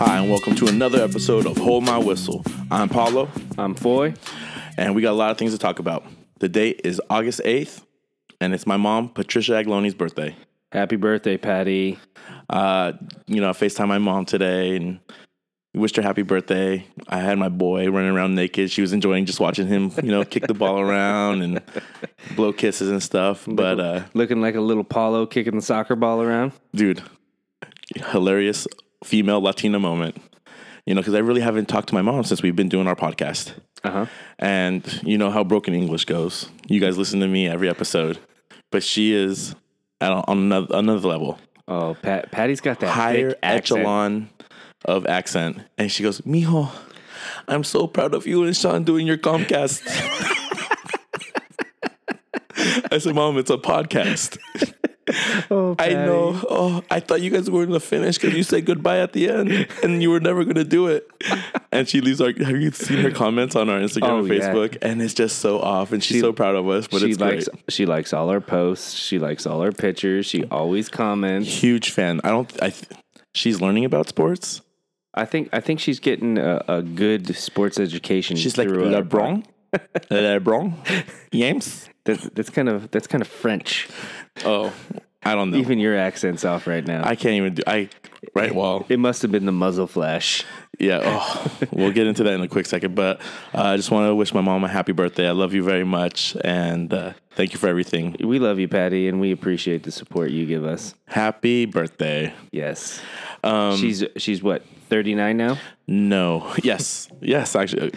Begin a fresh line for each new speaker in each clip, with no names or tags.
and welcome to another episode of Hold My Whistle. I'm Paulo,
I'm Foy.
and we got a lot of things to talk about. The date is August 8th, and it's my mom, Patricia Agloni's birthday.
Happy birthday, Patty.
Uh, you know, I FaceTime my mom today and wished her happy birthday. I had my boy running around naked. She was enjoying just watching him, you know, kick the ball around and blow kisses and stuff. But uh,
Looking like a little Paulo kicking the soccer ball around.
dude, hilarious female Latina moment. You know, because I really haven't talked to my mom since we've been doing our podcast.
Uh huh.
And you know how broken English goes. You guys listen to me every episode, but she is at a- on another, another level,
Oh, Pat, Patty's got that
higher
thick accent.
echelon of accent. And she goes, "Mijo, I'm so proud of you and Sean doing your Comcast." I said, "Mom, it's a podcast."
Oh,
I
Patty.
know. Oh, I thought you guys were going to finish because you said goodbye at the end, and you were never going to do it. And she leaves our. Have you seen her comments on our Instagram
Oh,
and
yeah.
Facebook? And it's just so off. And she's so proud of us, but
She
it's
likes
great.
she likes all our posts. She likes all our pictures. She always comments.
Huge fan. I don't. I. Th- she's learning about sports.
I think I think she's getting a, a good sports education.
She's like
through our-
LeBron. uh, LeBron James.
That's, that's kind of that's kind of French.
Oh, I don't know.
Even your accent's off right now.
I can't even do. I right. Well,
it must have been the muzzle flash.
Yeah, oh, we'll get into that in a quick second. But uh, I just want to wish my mom a happy birthday. I love you very much, and uh, thank you for everything.
We love you, Patty, and we appreciate the support you give us.
Happy birthday.
Yes. she's she's what thirty nine now.
No, yes, yes. Actually,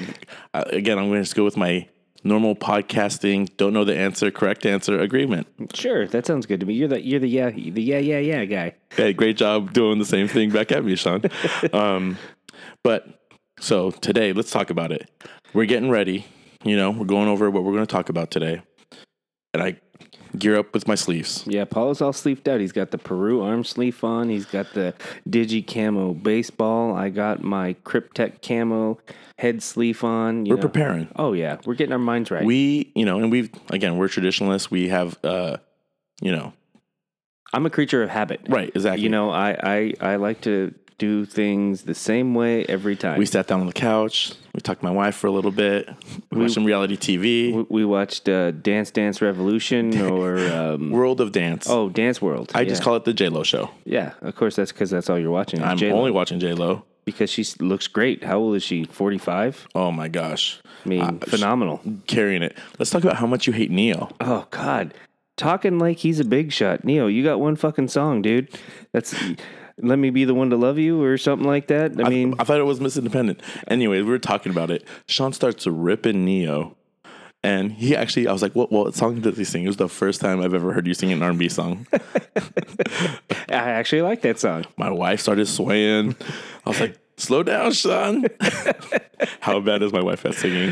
uh, again, I'm going to just go with my normal podcasting. Don't know the answer. Correct answer. Agreement.
Sure, that sounds good to me. You're the you're the yeah the yeah yeah yeah guy.
Hey, great job doing the same thing back at me, Sean. Um, but so today, let's talk about it. We're getting ready. You know, we're going over what we're going to talk about today, and I gear up with my sleeves.
Yeah, Paul's all sleeved out. He's got the Peru arm sleeve on. He's got the Digi Camo baseball. I got my Cryptek Camo head sleeve on. You
We're
know.
preparing.
Oh yeah, we're getting our minds right.
We, you know, and we've again, we're traditionalists. We have, uh, you know,
I'm a creature of habit.
right, exactly.
You know, I I I like to do things the same way every time.
we sat down on the couch. We talked to my wife for a little bit. We, watched some reality TV,
We, we watched uh, Dance Dance Revolution or um,
World of Dance.
oh Dance World.
I just call it the J Lo show.
Yeah, of course. That's because that's all you're watching. is
I'm
J-Lo.
only watching J Lo.
because she s- looks great. How old is she? Forty five.
Oh my gosh,
I mean, phenomenal.
carrying it. Let's talk about how much you hate Neo.
Oh God, talking like he's a big shot. Neo, you got one fucking song, dude. That's let me be the one to love you or something like that. I mean,
I thought it was Miss Independent. Anyway, we were talking about it. Sean starts ripping Neo. And he actually, I was like, what, what song did he sing? It was the first time I've ever heard you sing an R&B song.
I actually like that song.
My wife started swaying. I was like, slow down, son. How bad is my wife at singing?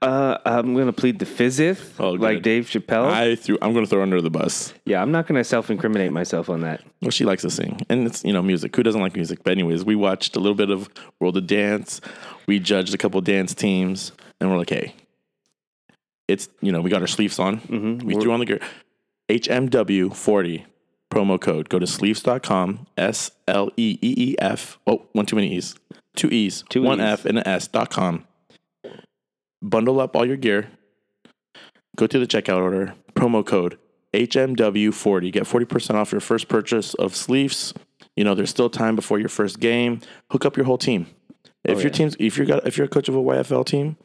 Uh, I'm gonna plead the fifth,
Oh, good.
like Dave Chappelle.
I threw I'm gonna throw her under the bus.
yeah, I'm not gonna self incriminate myself on that.
Well, she likes to sing. And it's you know, music. Who doesn't like music? But anyways, we watched a little bit of World of Dance. We judged a couple dance teams and we're like, hey, it's you know, we got our sleeves on.
Mm-hmm.
We threw on the gear. HMW forty promo code. Go to sleeves.com, S L E E E F. Oh, one too many E's. Two E's.
Two
one
E's.
F and an S dot com. Bundle up all your gear. Go to the checkout order. Promo code HMW40. Get 40% off your first purchase of sleeves. You know, there's still time before your first game. Hook up your whole team. If your
Oh, yeah.
team's if you got if you're a coach of a YFL team,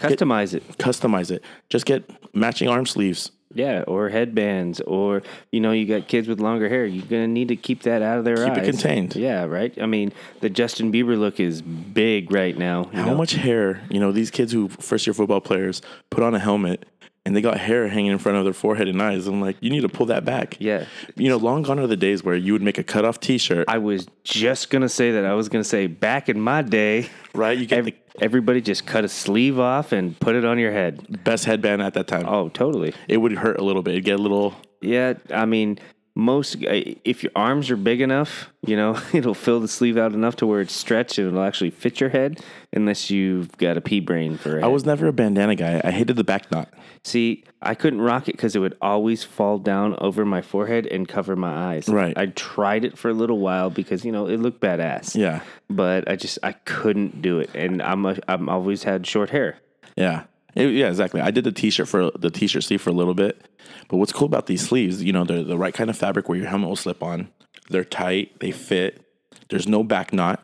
Customize it.
customize it. Just get matching arm sleeves.
Yeah, or headbands, or you know, you got kids with longer hair. You're gonna need to keep that out of their
Keep
eyes.
it contained.
Yeah, right. I mean, the Justin Bieber look is big right now. you
How
know?
much hair, you know, these kids who first year football players put on a helmet and they got hair hanging in front of their forehead and eyes. I'm like, you need to pull that back.
Yeah.
You know, long gone are the days where you would make a cutoff t shirt,
I was just gonna say that. I was gonna say back in my day,
right? You get
ev- everybody just cut a sleeve off and put it on your head.
the best headband at that time.
Oh, totally.
It would hurt a little bit. It'd get a little,
Yeah, I mean, most uh, if your arms are big enough, you know, it'll fill the sleeve out enough to where it's stretched and it'll actually fit your head, unless you've got a pea brain for it.
I was never a bandana guy. I hated the back knot.
See, I couldn't rock it because it would always fall down over my forehead and cover my eyes.
Right.
I tried it for a little while because you know it looked badass.
Yeah.
But I just I couldn't do it, and I'm a, I'm always had short hair.
Yeah. It- yeah, exactly. I did the t-shirt for the t-shirt sleeve for a little bit. But what's cool about these sleeves, you know, they're the right kind of fabric where your helmet will slip on. They're tight, they fit. There's no back knot.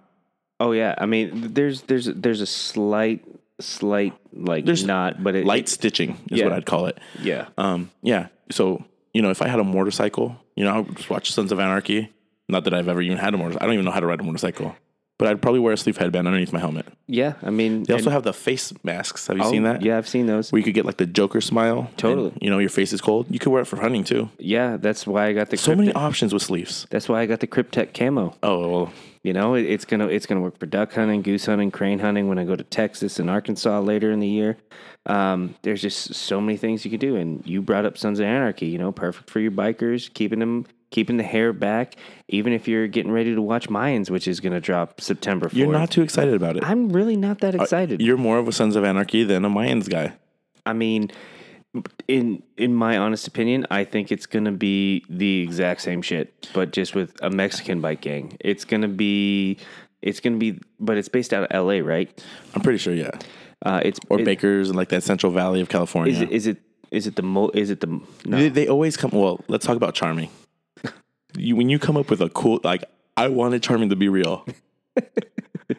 Oh yeah, I mean there's there's there's a slight slight like
There's
not, but it,
Light stitching is
Yeah.
what I'd call it.
yeah.
Um, yeah. So, you know, if I had a motorcycle, you know, I would just watch Sons of Anarchy. Not that I've ever even had a motorcycle. I don't even know how to ride a motorcycle. But I'd probably wear a sleeve headband underneath my helmet.
Yeah, I mean
They also have the face masks. Have you
Oh,
seen that?
Yeah, I've seen those.
Where you could get like the Joker smile. and,
Totally.
you know, your face is cold. You could wear it for hunting too.
yeah, that's why I got the
So
Cryptek-
many options with sleeves.
That's why I got the Cryptek camo.
Oh, well,
You know, it, it's gonna it's gonna work for duck hunting, goose hunting, crane hunting. When I go to Texas and Arkansas later in the year, um, there's just so many things you can do. And you brought up Sons of Anarchy. You know, perfect for your bikers, keeping them keeping the hair back. Even if you're getting ready to watch Mayans, which is gonna drop September. 4th.
you're not Uh, too excited about it.
I'm really not that excited.
You're more of a Sons of Anarchy than a Mayans guy.
I mean, in in my honest opinion, I think it's gonna be the exact same shit, but just with a Mexican bike gang. It's gonna be, it's gonna be, but it's based out of L.A., right?
I'm pretty sure, yeah.
Uh, it's
Or
it-
Bakers and like that Central Valley of California.
Is it, is it is it the mo? Is it the no?
They, they always come. Well, let's talk about Charming. you, when you come up with a cool, like, I wanted Charming to be real. you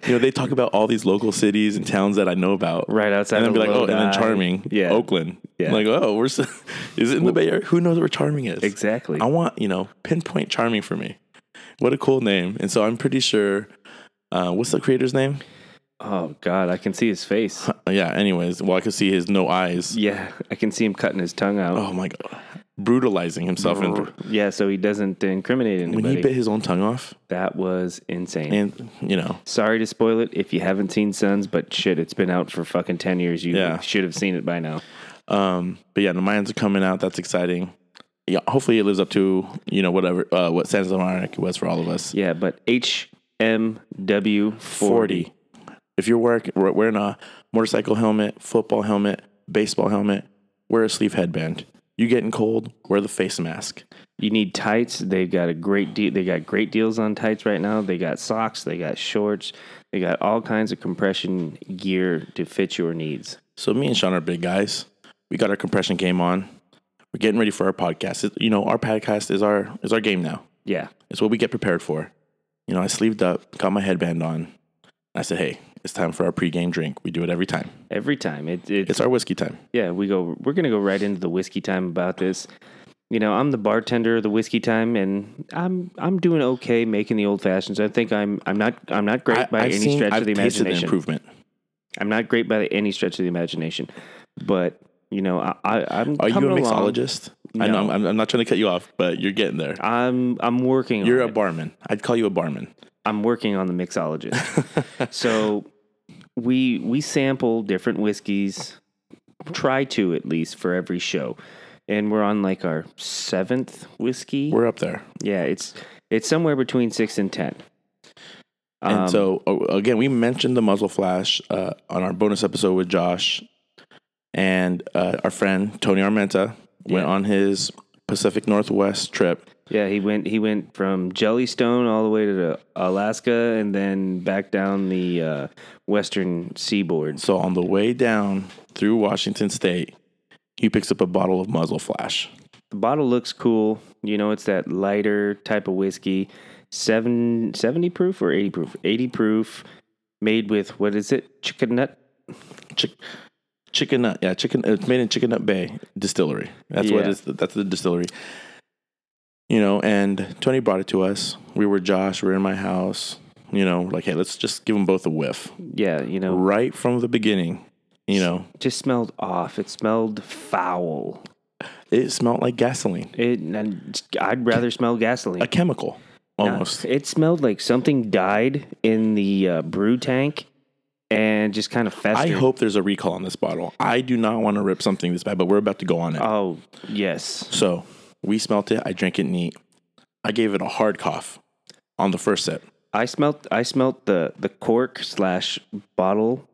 know, they talk about all these local cities and towns that I know about.
Right outside
And then
of
be like, oh, and then
Lodi.
Charming.
Yeah.
Oakland.
Yeah.
Like, oh, we're, s- is it in the Bay Area? Who knows where Charming is?
Exactly.
I want, you know, pinpoint Charming for me. What a cool name. And so I'm pretty sure, uh, what's the creator's name?
Oh God, I can see his face.
Uh, yeah, anyways. Well, I could see his no eyes.
Yeah, I can see him cutting his tongue out.
Oh, my God. Brutalizing himself. and
Yeah, so he doesn't incriminate
Oh, when
anybody.
he bit his own tongue off,
that was insane.
and, you know,
Sorry to spoil it if you haven't seen Sons, but shit, it's been out for fucking ten years. You
Yeah.
should have seen it by now.
Um, but yeah, the Mayans are coming out. That's exciting. Yeah, hopefully it lives up to you know whatever uh, what Sands of Monarch was for all of us.
Yeah, but HMW forty.
Forty. If you're work, we're wearing a motorcycle helmet, football helmet, baseball helmet, wear a sleeve headband. You getting cold? Wear the face mask.
You need tights. They've got a great deal. They got great deals on tights right now. They got socks. They got shorts. They got all kinds of compression gear to fit your needs.
So me and Sean are big guys. We got our compression game on. We're getting ready for our podcast. It- you know, our podcast is our is our game now.
Yeah,
It's what we get prepared for. You know, I sleeved up, got my headband on. I said, "Hey, it's time for our pregame drink. We do it every time.
every time it, it
It's our whiskey time."
yeah we go we're gonna go right into the whiskey time about this. You know, I'm the bartender of the whiskey time, and I'm I'm doing okay making the old fashions. I think I'm I'm not I'm not great by
I've
any
seen-
stretch
I've
of the
tasted
imagination.
improvement.
I'm not great by any stretch of the imagination, but you know, I, I, I'm.
Are
coming
you a
along.
mixologist? I know I'm- I'm, I'm not trying to cut you off, but you're getting there.
I'm I'm working.
You're
on
a
it.
barman. I'd call you a barman.
I'm working on the mixologist. so we we sample different whiskeys, try to at least for every show, and we're on like our seventh whiskey.
We're up there.
yeah, it's it's somewhere between six and ten.
And
Um,
so oh, again, we mentioned the muzzle flash uh, on our bonus episode with Josh, and uh, our friend Tony Armenta went
Yeah.
on his Pacific Northwest trip.
Yeah, he went he went from Jellystone all the way to the Alaska and then back down the uh, western seaboard.
So on the way down through Washington State, he picks up a bottle of muzzle flash.
The bottle looks cool. You know, it's that lighter type of whiskey. Seven, 70 proof or 80 proof? 80 proof, made with, what is it? Chicken nut?
Chick- chicken nut, yeah, chicken. It's made in Chicken Nut Bay Distillery. That's what
Yeah.
it's. That's the distillery. You know, and Tony brought it to us. We were Josh. We were in my house. You know, like, hey, let's just give them both a whiff
Yeah, you know,
right from the beginning. You know,
just smelled off. It smelled foul.
it smelled like gasoline,
It, and I'd rather smell gasoline.
a chemical almost.
It smelled like something died in the uh, brew tank and just kind of
I
festered.
hope there's a recall on this bottle. I do not want to
Uh,
rip something this bad, but we're about to go on it.
Oh, yes.
So we smelt it. I drank it neat. I gave it a hard cough on the first sip.
I smelt I smelt the the cork slash bottle.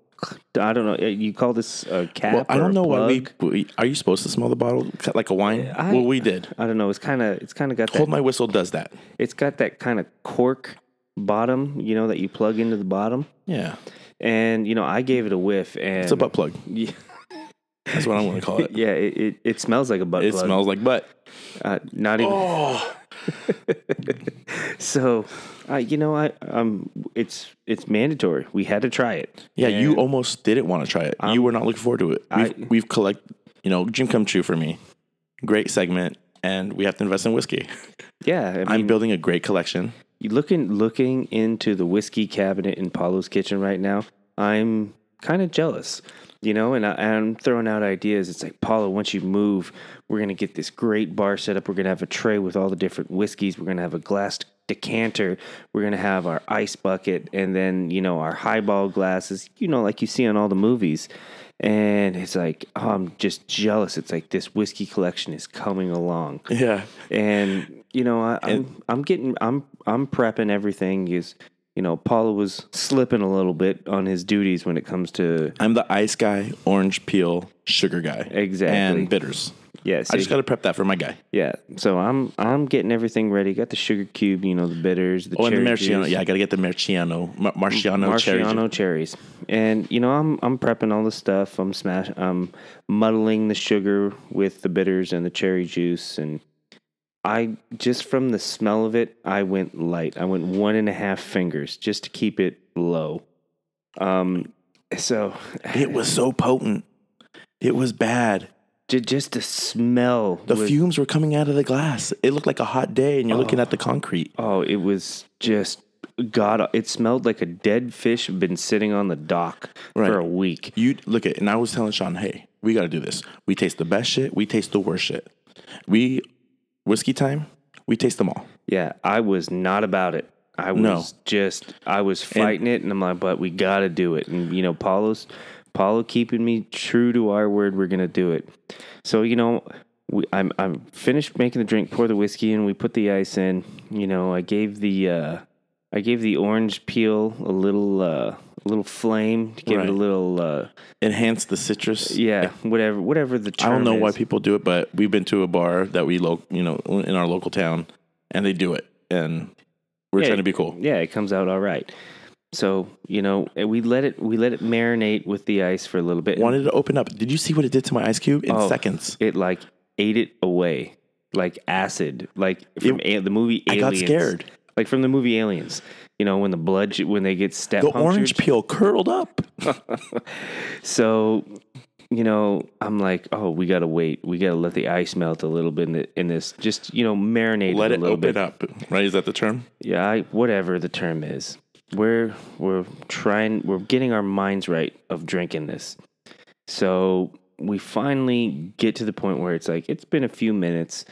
I don't know. You call this a cap?
Well, I
or a
don't know why we,
plug?
we- Are you supposed to smell the bottle like a wine?
I-
well, we did.
I don't know. It's kind of it's kind of got that.
Hold my whistle does that.
It's got that kind of cork bottom. You know that you plug into the bottom.
Yeah,
And you know I gave it a whiff and
it's a butt plug.
Yeah,
That's what I'm going to call it.
yeah. It, it, it smells like a butt
It
plug.
smells like butt.
Uh, not even
Oh,
so. Uh, you know I um it's it's mandatory. We had to try it.
yeah. you
And
almost didn't want to try it. you were not looking forward to it. We've,
I-
we've collect, you know, dream come true for me. Great segment, and we have to invest in whiskey.
yeah. I mean,
I'm building a great collection.
You looking looking into the whiskey cabinet in Paulo's kitchen right now. I'm kind of jealous, you know, and, I, and I'm throwing out ideas. It's like Paulo, once you move, we're gonna get this great bar set up. We're gonna have a tray with all the different whiskeys. We're gonna have a glass decanter. We're gonna have our ice bucket, and then you know our highball glasses. You know, like you see on all the movies. And it's like oh, I'm just jealous. It's like this whiskey collection is coming along
Yeah,
and you know I, I'm I'm getting I'm I'm prepping everything is you know Paula was slipping a little bit on his duties when it comes to
I'm the ice guy, orange peel, sugar guy,
Exactly.
and bitters.
yeah
I
see,
just got to prep that for my guy.
yeah so I'm I'm getting everything ready got the sugar cube you know the bitters the
Oh, and
cherry
the Marciano.
juice,
Yeah, I got to get the Marciano, Mar- Marciano, cherry.
Marciano
juice.
cherries and you know I'm I'm prepping all the stuff I'm smash I'm muddling the sugar with the bitters and the cherry juice and I just from the smell of it, I went light. I went one and a half fingers just to keep it low. Um, so
It was so potent. It was bad.
j- just the smell.
The
was,
fumes were coming out of the glass. It looked like a hot day, and you're looking at the concrete.
Oh, it was just god. It smelled like a dead fish had been sitting on the dock
Right.
for a week.
You look at, and I was telling Sean, hey, we got to do this. We taste the best shit. We taste the worst shit. We whiskey time. We taste them all.
Yeah, I was not about it. I was
No.
just I was fighting it, and I'm like, but we got to do it. And you know, Paulo's Paulo keeping me true to our word. We're gonna do it. So you know, we, I'm I'm finished making the drink, pour the whiskey, and we put the ice in. You know, I gave the uh, I gave the orange peel a little uh, a little flame to give it
Right.
a little uh,
Enhance the citrus.
yeah whatever whatever the
I
term
don't know why
is.
people do it, but we've been to a bar that we lo- you know, in our local town, and they do it, and we're
Yeah.
trying to be cool.
yeah, it comes out all right. So you know, and we let it we let it marinate with the ice for a little bit.
Wanted to open up. Did you see what it did to my ice cube in
Oh.
seconds?
it like ate it away, like acid, like from a, the movie.
I
Aliens.
got scared.
like from the movie Aliens. You know, when the blood when they get step
The
punctured.
orange peel curdled up.
So, you know, I'm like, oh, we gotta wait. We gotta let the ice melt a little bit in, the, in this. Just you know, marinate
Let
a
it
little
open
bit.
up. Right? Is that the term?
yeah, I, whatever the term is, we're we're trying, we're getting our minds right of drinking this. So we finally get to the point where it's like it's been a few minutes.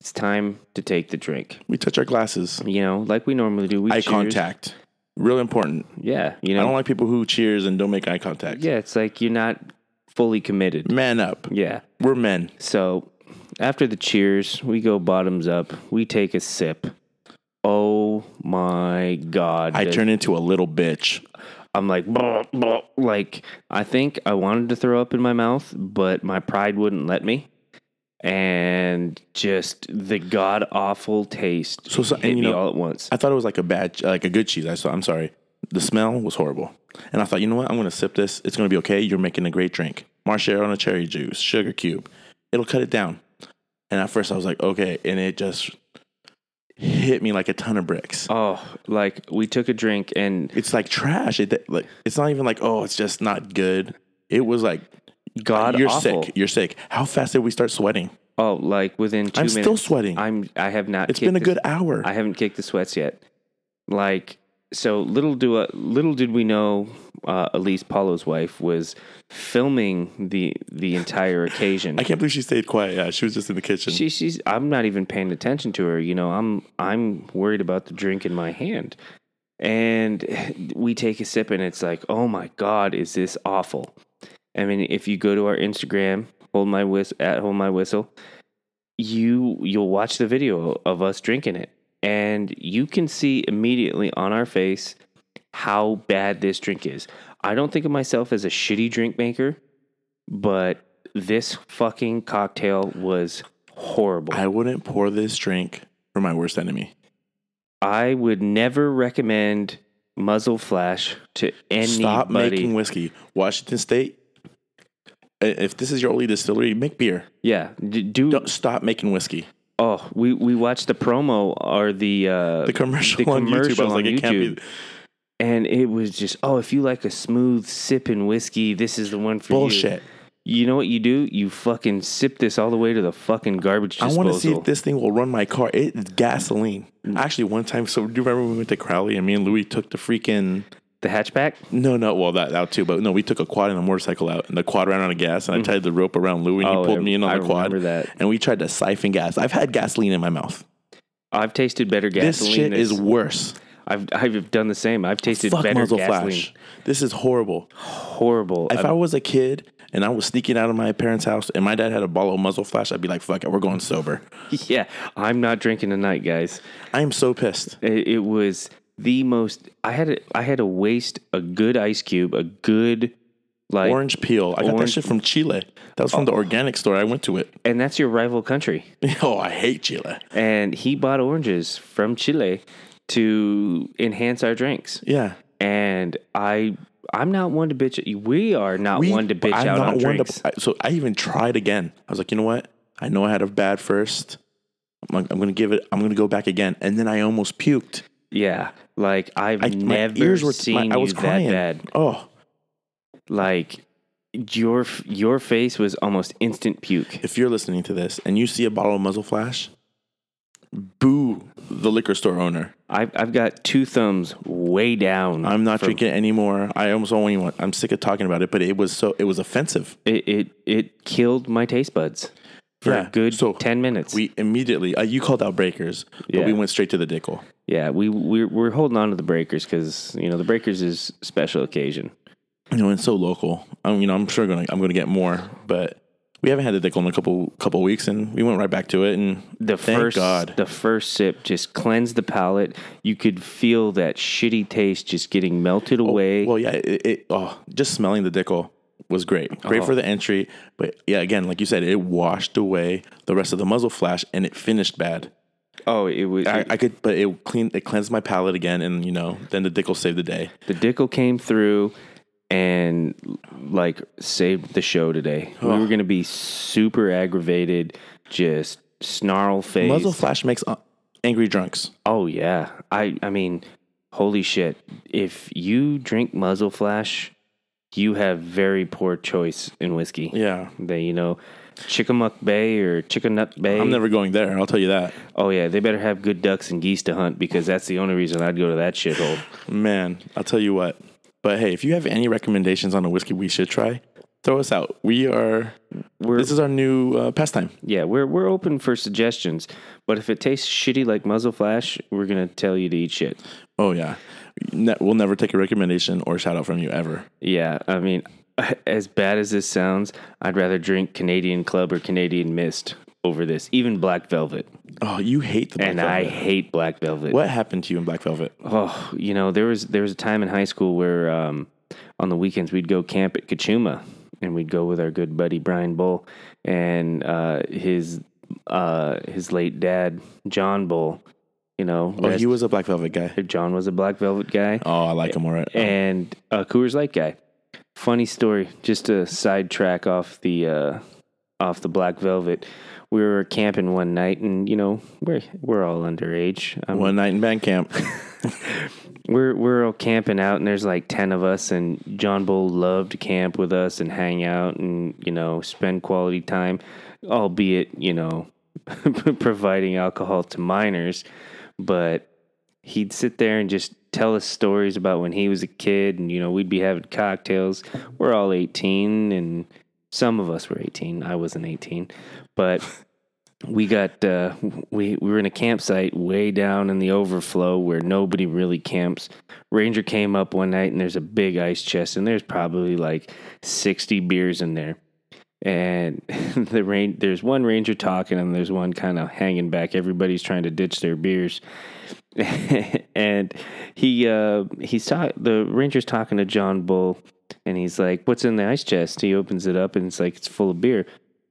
It's time to take the drink.
We touch our glasses.
You know, like we normally do. We
Eye
cheers.
contact. Real important.
Yeah, you
I don't
know.
like people who cheers and don't make eye contact.
Yeah, it's like you're not fully committed.
Man up.
Yeah.
We're men.
So after the cheers, we go bottoms up. We take a sip. Oh my god!
I
does-
turn into a little bitch.
I'm like, "Blah, blah," like I think I wanted to throw up in my mouth, but my pride wouldn't let me. And just the god awful taste
So, so- and
hit
you
me
know-
all at once.
I thought it was like a bad, like a good cheese. I saw. I'm sorry. The smell was horrible, and I thought, you know what? I'm gonna sip this. It's gonna be okay. You're making a great drink. Marciano cherry juice, sugar cube. It'll cut it down. And at first, I was like, okay, and it just hit me like a ton of bricks.
Oh, like we took a drink and
It's like trash. It like it's not even like oh, it's just not good. It was like
god
you're
awful.
sick. You're sick. How fast did we start sweating?
Oh, like within 2
I'm
minutes.
still sweating.
I'm I have not
it's been a
kicked
good hour.
I haven't kicked the sweats yet. Like so, little do uh, little did we know, uh, Elise Paulo's wife was filming the the entire occasion.
I can't believe she stayed quiet. Yeah, she was just in the kitchen.
she, she's I'm not even paying attention to her. You know, I'm I'm worried about the drink in my hand, and we take a sip, and it's like, oh my god, is this awful? I mean, if you go to our Instagram, hold my whistle at hold my whistle, you you'll watch the video of us drinking it, and you can see immediately on our face how bad this drink is. I don't think of myself as a shitty drink maker, but this fucking cocktail was horrible.
I wouldn't pour this drink for my worst enemy.
I would never recommend Muzzle Flash to anybody.
Stop making whiskey. Washington State. i- If this is your only distillery, make beer.
yeah, d- do
Don't stop making whiskey.
oh we we watched the promo or the uh,
The commercial
the
on YouTube. I
commercial
was like,
on
it can't
YouTube.
be.
and it was just oh if you like a smooth sipping whiskey this is the one for you.
Bullshit.
You know what you do? You fucking sip this all the way to the fucking garbage
I
disposal.
want to see if this thing will run my car. It is gasoline. Actually, one time, so do you remember when we went to Crowley and me and Louis took the freaking
the hatchback.
no, no, well that out too, but no, we took a quad and a motorcycle out, and the quad ran out of gas, and I tied the rope around Louis, and
Mm. Oh,
he pulled
I-
me in on
I
the quad,
remember that.
and we tried to siphon gas. I've had gasoline in my mouth.
I've tasted better
This
gasoline.
shit
that's-
is worse.
I've I've done the same. I've tasted
Fuck
better
muzzle
gasoline.
flash. This is horrible.
Horrible.
If I was a kid and I was sneaking out of my parents' house and my dad had a bottle of muzzle flash, I'd be like, fuck it, we're going sober.
yeah, I'm not drinking tonight, guys.
I am so pissed.
It, it was the most. I had a, I had to waste a good ice cube, a good like,
Orange Oh. peel. I got that
Orange-
shit from Chile. That was from the organic store. I went to it.
and that's your rival country.
Oh, I hate Chile.
And he bought oranges from Chile to enhance our drinks.
Yeah.
And I I'm not one to bitch. We are not
We-
one to bitch
I'm not
out on
one
drinks.
To, I- so I even tried again. I was like, you know what? I know I had a bad first. I'm like, I'm gonna give it. I'm gonna go back again, and then I almost puked.
yeah, like I've
I,
never seen
I was
you
crying.
that bad.
Oh,
Like your f- your face was almost instant puke.
if you're listening to this and you see a bottle of muzzle flash, boo the liquor store owner.
I've I've got two thumbs way down.
I'm not
from-
drinking it anymore. I almost don't want anyone. I'm sick of talking about it, but it was so it was offensive.
It it, it killed my taste buds for
Yeah,
a good
so
ten minutes.
We immediately uh, you called out breakers, but
Yeah.
we went straight to the dickle.
yeah, we we're, we're holding on to the breakers because you know the breakers is special occasion.
you know, it's so local. I'm, you know, I'm sure gonna, I'm going to get more, but we haven't had the dickle in a couple couple weeks, and we went right back to it. And
the
thank
first
God,
the first sip just cleansed the palate. You could feel that shitty taste just getting melted away.
Oh, well, yeah, it, it oh, just smelling the dickle was great, great
Oh.
for the entry. But yeah, again, like you said, it washed away the rest of the muzzle flash, and it finished bad.
oh, it was
I, I could, but it cleaned, it cleansed my palate again, and you know, then the dickle saved the day.
the dickle came through and like saved the show today.
Oh.
We were going to be super aggravated, just snarl face.
Muzzle flash makes uh, angry drunks.
Oh yeah. I I mean, holy shit. If you drink muzzle flash, you have very poor choice in whiskey.
Yeah,
They, you know, Chickamuck Bay or Chickanut Bay.
I'm never going there. I'll tell you that,
Oh yeah, they better have good ducks and geese to hunt because that's the only reason I'd go to that shithole.
man. I'll tell you what. But hey, if you have any recommendations on a whiskey we should try, throw us out. We are
We're
This is our new uh, pastime.
yeah, we're we're open for suggestions, but if it tastes shitty like muzzle flash, we're gonna tell you to eat shit.
Oh yeah, Ne- we'll never take a recommendation or shout out from you ever.
Yeah, I mean, as bad as this sounds, I'd rather drink Canadian Club or Canadian Mist over this, even Black Velvet.
Oh, you hate the black
and I
velvet.
hate Black Velvet.
What happened to you in black velvet?
Oh, you know, there was there was a time in high school where um, on the weekends we'd go camp at Kachuma, and we'd go with our good buddy Brian Bull and uh, his uh, his late dad John Bull. You know,
Oh,
rest-
he was a black velvet guy.
John was a Black Velvet guy
Oh, I like him already.
and a Coors Light guy. Funny story, just to sidetrack off the uh, off the Black Velvet. We were camping one night, and you know we're we're all underage. I'm
One night in band camp.
we're we're all camping out and there's like 10 of us and john bull loved to camp with us and hang out and you know spend quality time albeit you know providing alcohol to minors but he'd sit there and just tell us stories about when he was a kid and you know we'd be having cocktails we're all 18 and some of us were 18 i wasn't 18 but we got uh, we we were in a campsite way down in the overflow where nobody really camps. Ranger came up one night and there's a big ice chest and there's probably like sixty beers in there, and the rain there's one ranger talking and there's one kind of hanging back everybody's trying to ditch their beers and he uh he's ta- the ranger's talking to john bull and he's like what's in the ice chest he opens it up and it's like it's full of beer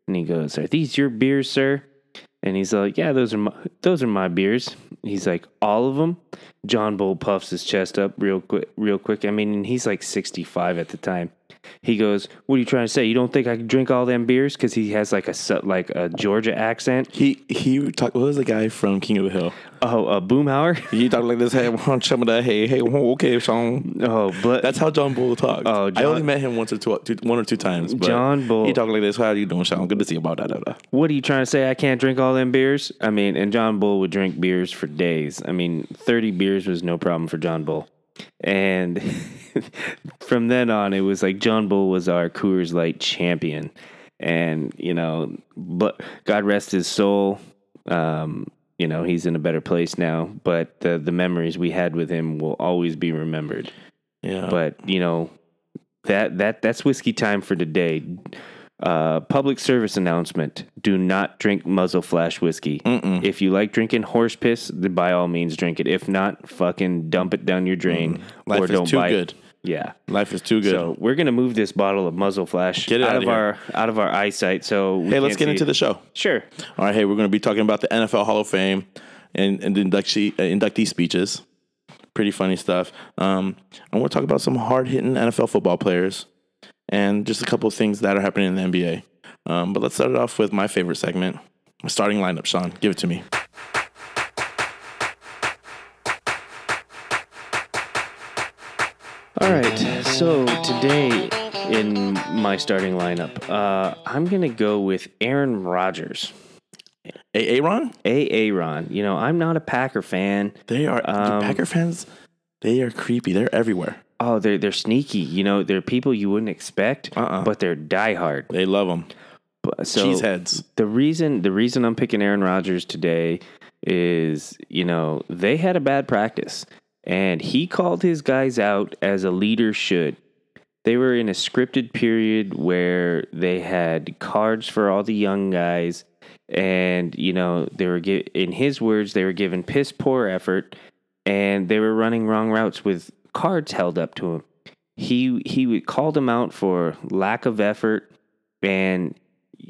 and he goes are these your beers sir and he's like yeah those are my those are my beers he's like all of them john bull puffs his chest up real quick real quick i mean and he's like 65 at the time he goes, "What are you trying to say? You don't think I can drink all them beers?" Because he has like a su- like a Georgia accent.
He he talked. What was the guy from King of the Hill?
Oh, uh, Boomhauer.
He talked like this. Hey, want some of that? Hey, hey, okay, Sean.
Oh, but
That's how John Bull talks.
Oh,
I
John-
only met him once or two, two one or two times. But
John Bull.
He talked like this. How you doing, Sean? Good to see you. About that.
what are you trying to say? I can't drink all them beers. I mean, and John Bull would drink beers for days. I mean, thirty beers was no problem for John Bull. And from then on, it was like John Bull was our Coors Light champion. And you know, but God rest his soul. Um, you know, he's in a better place now. But uh, the the memories we had with him will always be remembered
Yeah.
but you know that that that's whiskey time for today. Uh, public service announcement: Do not drink muzzle flash whiskey. If you like drinking horse piss, then by all means drink it. If not, fucking dump it down your drain
Life
or
is
don't
too
buy
good.
it. Yeah.
Life is too good.
So we're gonna move this bottle of muzzle flash
Get it out of
of
here.
our out of our eyesight. So we
hey, let's
can't
get
see
into
it.
the show.
Sure.
All right. Hey, we're going to be talking about the NFL Hall of Fame and, and the inductee, uh, inductee speeches. Pretty funny stuff. Um, I want to talk about some hard hitting NFL football players and just a couple of things that are happening in the NBA. Um, but let's start it off with my favorite segment, my starting lineup. Sean, give it to me.
All right. So today in my starting lineup, uh, I'm gonna go with Aaron Rodgers.
Hey, Aaron,
Aaron. You know, I'm not a Packer fan.
they are
Um,
the Packer fans. They are creepy. They're everywhere.
Oh, they're they're sneaky. You know, they're people you wouldn't expect,
Uh-uh.
but they're diehard.
They love them.
But- So
Cheeseheads.
the reason the reason I'm picking Aaron Rodgers today is, you know, they had a bad practice, and he called his guys out as a leader should. They were in a scripted period where they had cards for all the young guys, and you know they were gi- in his words they were given piss poor effort, and they were running wrong routes with cards held up to him. He he would- called him out for lack of effort and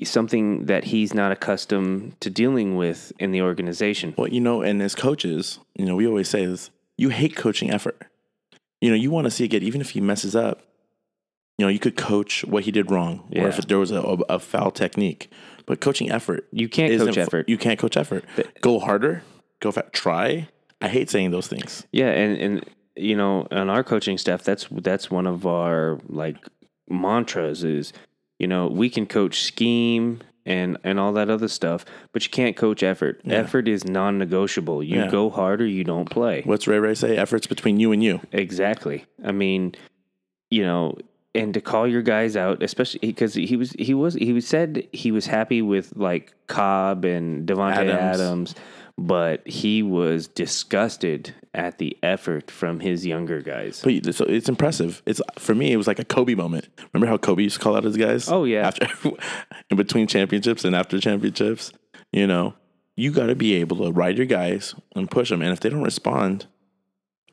something that he's not accustomed to dealing with in the organization.
Well, you know, and as coaches, you know, we always say this you hate coaching effort. You know, you want to see it get, even if he messes up, you know, you could coach what he did wrong or if
Yeah.
there was a, a foul technique. But coaching effort
You can't
isn't
coach
f-
effort.
You can't coach effort. Go harder, go fa- try. I hate saying those things.
Yeah, and and you know, on our coaching staff, that's that's one of our like mantras is, you know, we can coach scheme and and all that other stuff, but you can't coach effort. Effort is non-negotiable. You
Yeah.
go hard or you don't play.
What's Ray Ray say? Efforts between you and you.
Exactly. I mean, you know, and to call your guys out, especially because he was he was he was said he was happy with like Cobb and Devontae
Adams.
Adams. but he was disgusted at the effort from his younger guys.
But you- so it's impressive. It's for me, it was like a Kobe moment. Remember how Kobe used to call out his guys?
Oh, yeah.
After in between championships and after championships, you know, you got to be able to ride your guys and push them. And if they don't respond,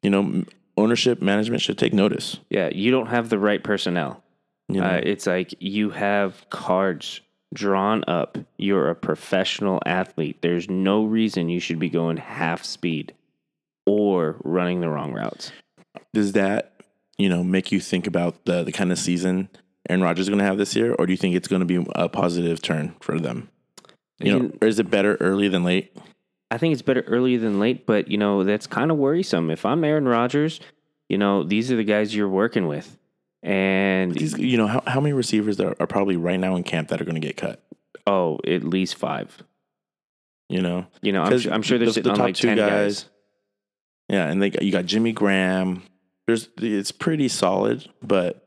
you know, m- ownership management should take notice.
yeah, you don't have the right personnel.
You know,
Uh, it's like you have cards drawn up. You're a professional athlete. There's no reason you should be going half speed or running the wrong routes.
does that you know make you think about the the kind of season Aaron Rodgers is going to have this year, or do you think it's going to be a positive turn for them? You know,
You-
or is it better early than late?
I think it's better earlier than late, but you know, that's kind of worrisome. If I'm Aaron Rodgers, you know, these are the guys you're working with. And
These, you know, how, how many receivers there are probably right now in camp that are going to get cut?
oh, at least five.
You know,
You know, I'm,
'Cause
su- I'm sure they're
the- the
sitting on
top
like
two
10 guys.
guys- Yeah, and they got, you got Jimmy Graham. There's it's pretty solid, but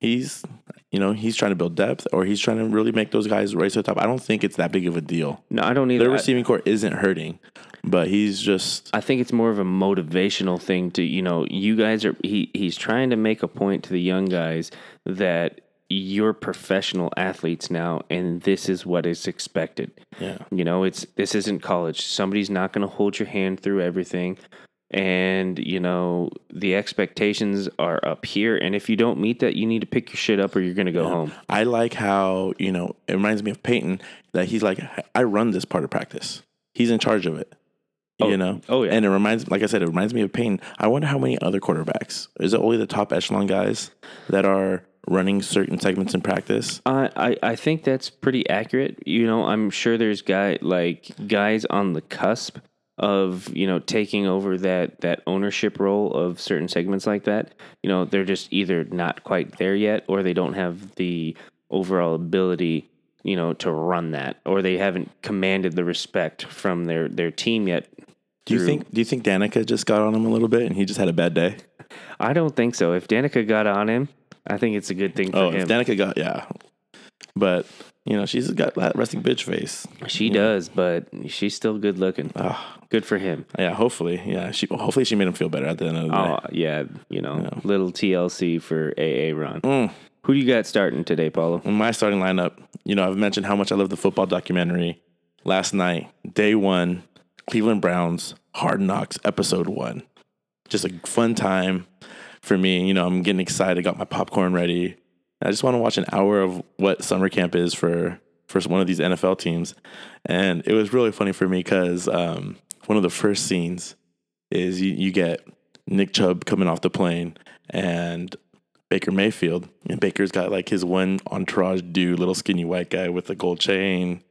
he's you know he's trying to build depth, or he's trying to really make those guys race to the top. I don't think it's that big of a deal.
No, I don't
Their
either. I,
receiving core isn't hurting, but he's just
I think it's more of a motivational thing to, you know, you guys are, he, he's trying to make a point to the young guys that you're professional athletes now, and this is what is expected.
Yeah.
You know, it's this isn't college. Somebody's not going to hold your hand through everything. And, you know, the expectations are up here. And if you don't meet that, you need to pick your shit up or you're going to go home.
I like how, you know, it reminds me of Peyton that he's like, I run this part of practice. He's in charge of it.
Oh,
you know?
oh, yeah.
And it reminds, like I said, it reminds me of Peyton. I wonder how many other quarterbacks, is it only the top echelon guys that are running certain segments in practice?
I, I, I think that's pretty accurate. You know, I'm sure there's guy like guys on the cusp of you know taking over that that ownership role of certain segments like that. You know, they're just either not quite there yet, or they don't have the overall ability you know to run that, or they haven't commanded the respect from their their team yet.
Do you
through-
think, do you think Danica just got on him a little bit and he just had a bad day?
I don't think so. If Danica got on him, I think it's a good thing for
Oh,
him.
if Danica got, yeah. But, you know, she's got that resting bitch face.
she does, but she's still good looking.
Ah,
Good for him.
yeah, hopefully. Yeah. She, hopefully she made him feel better at the end of the day.
Oh yeah, you know, little TLC for AA Ron.
Mm.
Who do you got starting today, Paulo?
in my starting lineup, you know, I've mentioned how much I love the football documentary. Last night, day one, Cleveland Browns, Hard Knocks, episode one. Just a fun time for me. You know, I'm getting excited, got my popcorn ready. I just want to watch an hour of what summer camp is for for one of these NFL teams. And it was really funny for me because um, one of the first scenes is you, you get Nick Chubb coming off the plane and Baker Mayfield. And Baker's got like his one entourage dude, little skinny white guy with a gold chain.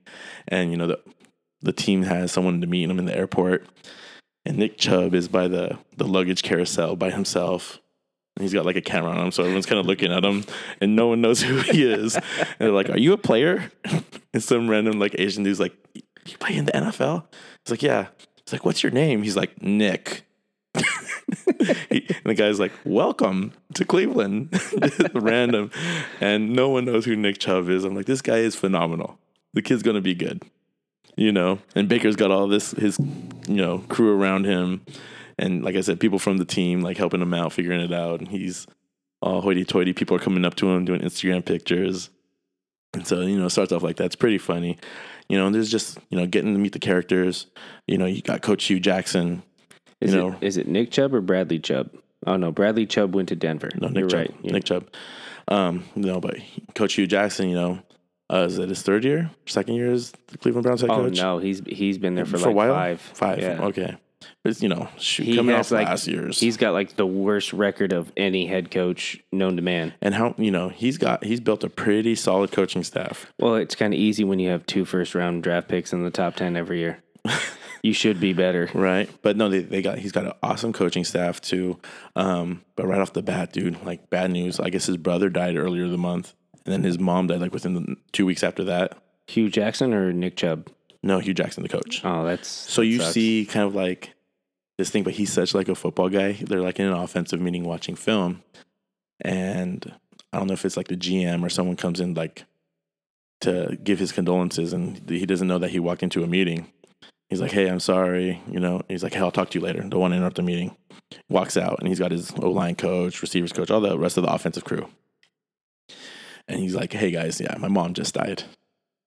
And you know, the the team has someone to meet him in the airport. And Nick Chubb is by the the luggage carousel by himself. And he's got like a camera on him, so everyone's kind of looking at him and no one knows who he is. And they're like, Are you a player? And some random like Asian dude's like, You play in the NFL? It's like, Yeah. It's like, What's your name? He's like, Nick. He- and the guy's like, "Welcome to Cleveland," Just random, and no one knows who Nick Chubb is. I'm like, this guy is phenomenal. The kid's gonna be good, you know. And Baker's got all this his, you know, crew around him, and like I said, people from the team like helping him out, figuring it out, and he's all hoity-toity. People are coming up to him, doing Instagram pictures, and so you know, it starts off like that. It's pretty funny, you know. And there's just you know, getting to meet the characters. You know, you got Coach Hugh Jackson.
Is
You know-
it is it Nick Chubb or Bradley Chubb? Oh no, Bradley Chubb went to Denver.
No, Nick
You're
Chubb.
right. Yeah.
Nick Chubb. Um, no, but Coach Hugh Jackson, you know, uh, is it his third year, second year as the Cleveland Browns head
oh
coach?
no, he's he's been there for, like five.
Five.
Yeah.
Okay. But you know, shoot,
He
coming off
has like
last year's.
he's got like the worst record of any head coach known to man.
and how you know he's got he's built a pretty solid coaching staff.
Well, it's kind of easy when you have two first round draft picks in the top ten every year. you should be better.
Right. But no, they, they got he's got an awesome coaching staff too. Um, but right off the bat, dude, like bad news. I guess his brother died earlier in the month, and then his mom died like within the two weeks after that.
Hugh Jackson or Nick Chubb?
No, Hugh Jackson, the coach.
Oh, that's
So
that
you
sucks.
see kind of like this thing, but he's such like a football guy. They're like in an offensive meeting watching film. And I don't know if it's like the GM or someone comes in like to give his condolences and he doesn't know that he walked into a meeting. He's like, Hey, I'm sorry, you know. He's like, Hey, I'll talk to you later. Don't want to interrupt the meeting. Walks out and he's got his O line coach, receivers coach, all the rest of the offensive crew. And he's like, Hey guys, yeah, my mom just died.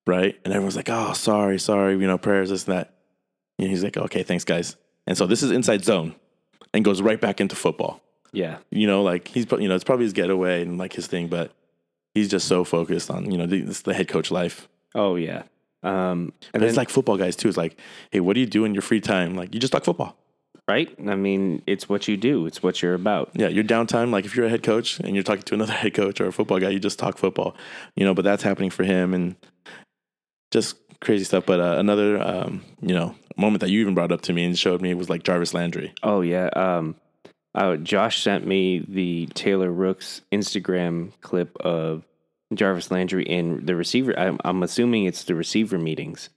Right? And everyone's like, Oh, sorry, sorry, you know, prayers, this and that. And he's like, okay, thanks, guys. And so this is inside zone and goes right back into football.
yeah.
You know, like he's, pro- you know, it's probably his getaway and like his thing, but he's just so focused on, you know, the, it's the head coach life.
Oh yeah. Um, and
And
then,
it's like football guys too. It's like, hey, what do you do in your free time? Like, you just talk football.
right? I mean, it's what you do. It's what you're about.
Yeah, your downtime, like if you're a head coach and you're talking to another head coach or a football guy, you just talk football, you know, but that's happening for him and just crazy stuff. But uh, another, um, you know, moment that you even brought up to me and showed me was like Jarvis Landry.
Oh yeah. Um, uh, Josh sent me the Taylor Rooks Instagram clip of Jarvis Landry in the receiver. I'm, I'm assuming it's the receiver meetings.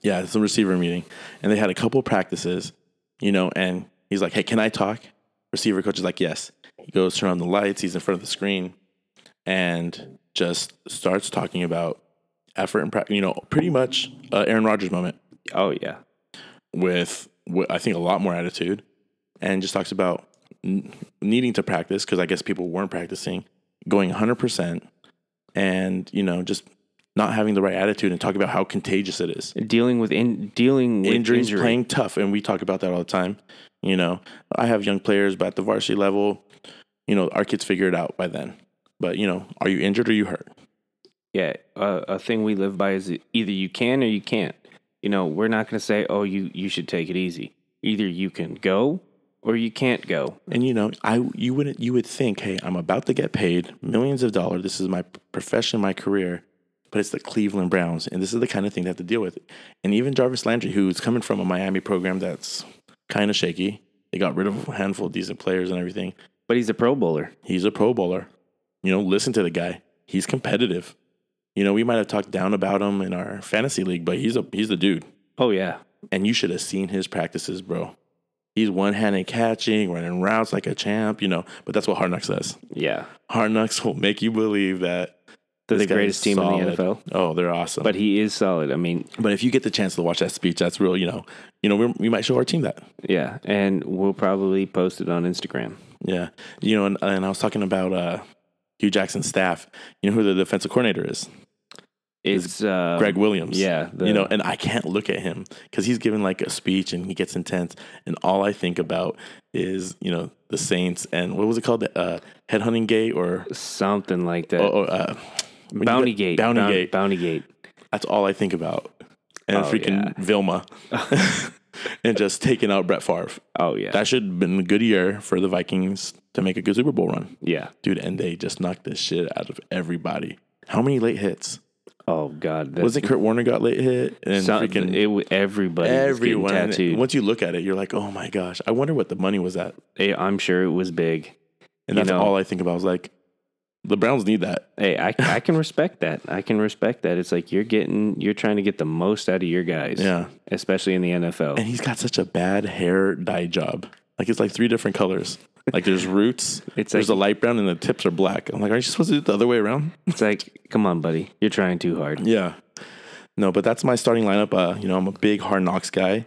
Yeah, it's a receiver meeting. And they had a couple practices, you know, and he's like, Hey, can I talk? Receiver coach is like, Yes. He goes, turn on the lights, he's in front of the screen, and just starts talking about effort and practice, you know, pretty much uh, Aaron Rodgers moment
Oh yeah.
with, with, I think, a lot more attitude, and just talks about n- needing to practice because I guess people weren't practicing, going 100%, and you know just not having the right attitude and talk about how contagious it is.
Dealing with in dealing with
Injuries,
injury.
playing tough, and we talk about that all the time. You know, I have young players, but at the varsity level, you know, our kids figure it out by then. But you know, are you injured or you hurt?
yeah, uh, a thing we live by is either you can or you can't. You know, we're not going to say, "Oh, you you should take it easy." Either you can go or you can't go.
And you know, I you wouldn't you would think, hey, I'm about to get paid millions of dollars. This is my profession, my career, but it's the Cleveland Browns, and this is the kind of thing they have to deal with. And even Jarvis Landry, who's coming from a Miami program that's kind of shaky, they got rid of a handful of decent players and everything.
But he's a Pro Bowler.
He's a Pro Bowler. You know, listen to the guy. He's competitive. You know, we might have talked down about him in our fantasy league, but he's a he's the dude.
Oh yeah,
And you should have seen his practices, bro. He's one-handed catching, running routes like a champ, you know. But that's what Hard Knocks says.
yeah.
Hard Knocks will make you believe that
They're
this
the
guy
greatest
is
team in the
solid.
NFL.
Oh, they're awesome.
But
But
he is solid. I mean,
but if you get the chance to watch that speech, that's real. You know, you know, we're, we might show our team that.
yeah, and we'll probably post it on Instagram.
Yeah, you know. And, and I was talking about uh, Hugh Jackson's staff. You know who the defensive coordinator is?
It's uh,
Greg Williams.
yeah, the-
you know, and I can't look at him because he's giving like a speech and he gets intense, and all I think about is you know the Saints and what was it called, the uh, headhunting gate or
something like that.
or, or uh, when you
Bounty
got-
Gate.
Bounty
Boun-
gate.
Bounty Gate.
That's all I think about, and
Oh,
freaking Vilma, and just taking out Brett Favre.
Oh yeah,
That should have been a good year for the Vikings to make a good Super Bowl run,
yeah.
dude. And they just knocked the shit out of everybody. How many late hits?
Oh god, that,
Wasn't Kurt Warner got late hit and
some-
freaking
it, w- everybody everyone
everyone?
tattooed.
Once you look at it, you're like, oh my gosh, I wonder what the money was at.
Hey, I'm sure it was big.
And
You
that's
know.
all I think about. I was like, the Browns need that.
Hey, I, I can respect that. I can respect that. It's like you're getting, you're trying to get the most out of your guys.
Yeah.
Especially in the NFL.
And he's got such a bad hair dye job. Like it's like three different colors. Like there's roots.
It's
there's
like-
a light brown and the tips are black. I'm like, are you supposed to do it the other way around?
It's like, come on, buddy. You're trying too hard.
Yeah. No, but that's my starting lineup. Uh, you know, I'm a big hard knocks guy.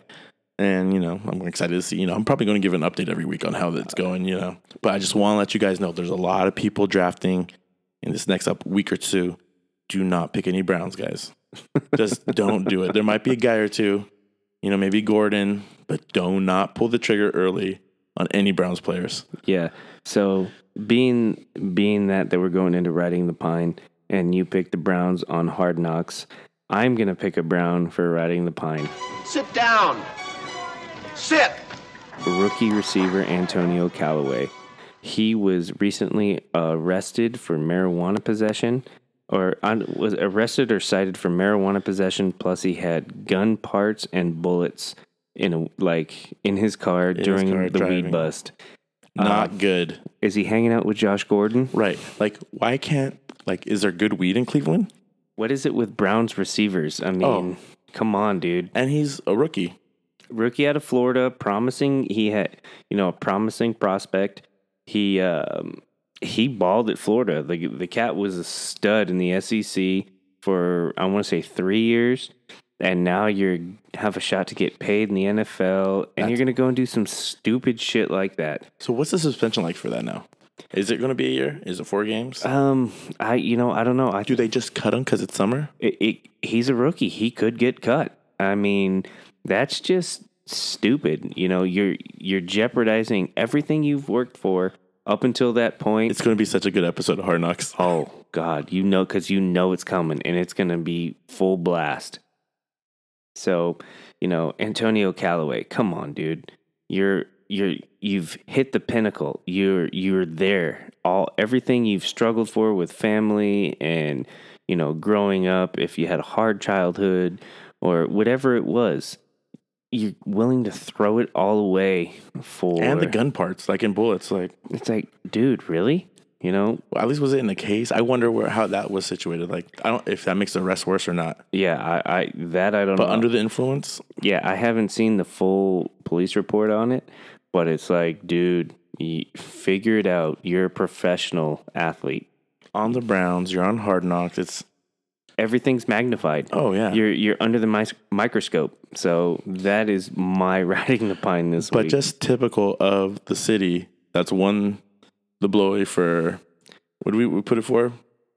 And, you know, I'm excited to see, you know, I'm probably going to give an update every week on how that's going, you know. But I just want to let you guys know there's a lot of people drafting in this next up week or two. Do not pick any Browns, guys. Just don't do it. There might be a guy or two, you know, maybe Gordon, but do not pull the trigger early on any Browns players.
Yeah. So being being that that we're going into riding the pine, and you picked the Browns on Hard Knocks, I'm gonna pick a Brown for riding the pine.
Sit down. Sit.
rookie receiver Antonio Callaway. He was recently arrested for marijuana possession, or un- was arrested or cited for marijuana possession. Plus, he had gun parts and bullets in a, like in his car during
car
the
driving.
weed bust.
Not good.
Is he hanging out with Josh Gordon?
Uh, Right. Like, why can't, like, is there good weed in Cleveland?
What is it with Browns receivers? I mean,
Oh.
come on, dude.
And he's a rookie.
rookie out of Florida, promising. He had, you know, a promising prospect. He um, he balled at Florida. The the cat was a stud in the SEC for I want to say three years, and now you're have a shot to get paid in the NFL, and you're gonna go and do some stupid shit like that.
So what's the suspension like for that now? Is it going to be a year? Is it four games?
Um, I you know I don't know. I
Do they just cut him because it's summer?
it, it, he's a rookie. He could get cut. I mean, that's just stupid. You know, you're you're jeopardizing everything you've worked for up until that point.
It's going to be such a good episode of Hard Knocks.
oh God, you know, because you know it's coming and it's gonna be full blast. So, you know, Antonio Callaway, come on, dude. You're you're you've hit the pinnacle. You're you're there. All everything you've struggled for with family and you know, growing up, if you had a hard childhood or whatever it was, you're willing to throw it all away for
And the gun parts, like in bullets, like
It's like, dude, really? You know,
well, at least was it in the case? I wonder where how that was situated. Like I don't if that makes the arrest worse or not.
Yeah, I, I that I don't
But
know.
under the influence,
yeah, I haven't seen the full police report on it, but it's like, dude, you figure it out. You're a professional athlete.
on the Browns, you're on Hard Knocks. It's
Everything's magnified.
oh yeah,
You're you're under the mis- microscope. So that is my riding the pine this
but
week.
just typical of the city. That's one the blow away for. What do we, we put it for?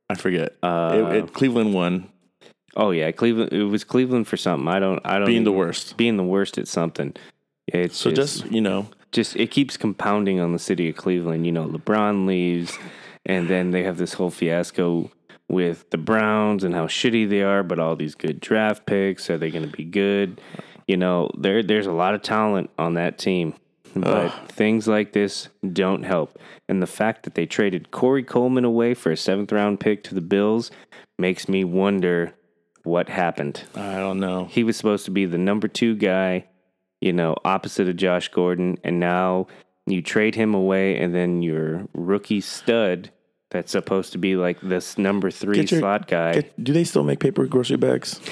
I forget. it, it, Cleveland won,
Oh yeah, Cleveland. It was Cleveland for something. I don't. I don't.
being the
even-
worst.
Being the worst at something. It's
So just you know,
just it keeps compounding on the city of Cleveland. You know, LeBron leaves, and then they have this whole fiasco with the Browns and how shitty they are, but all these good draft picks. Are they going to be good? You know, there there's a lot of talent on that team, but things like this don't help. And the fact that they traded Corey Coleman away for a seventh round pick to the Bills makes me wonder what happened
I don't know.
he was supposed to be the number two guy, you know, opposite of Josh Gordon, and now you trade him away, and then your rookie stud that's supposed to be like this number three
Get your-
slot guy.
Get- do they still make paper grocery bags?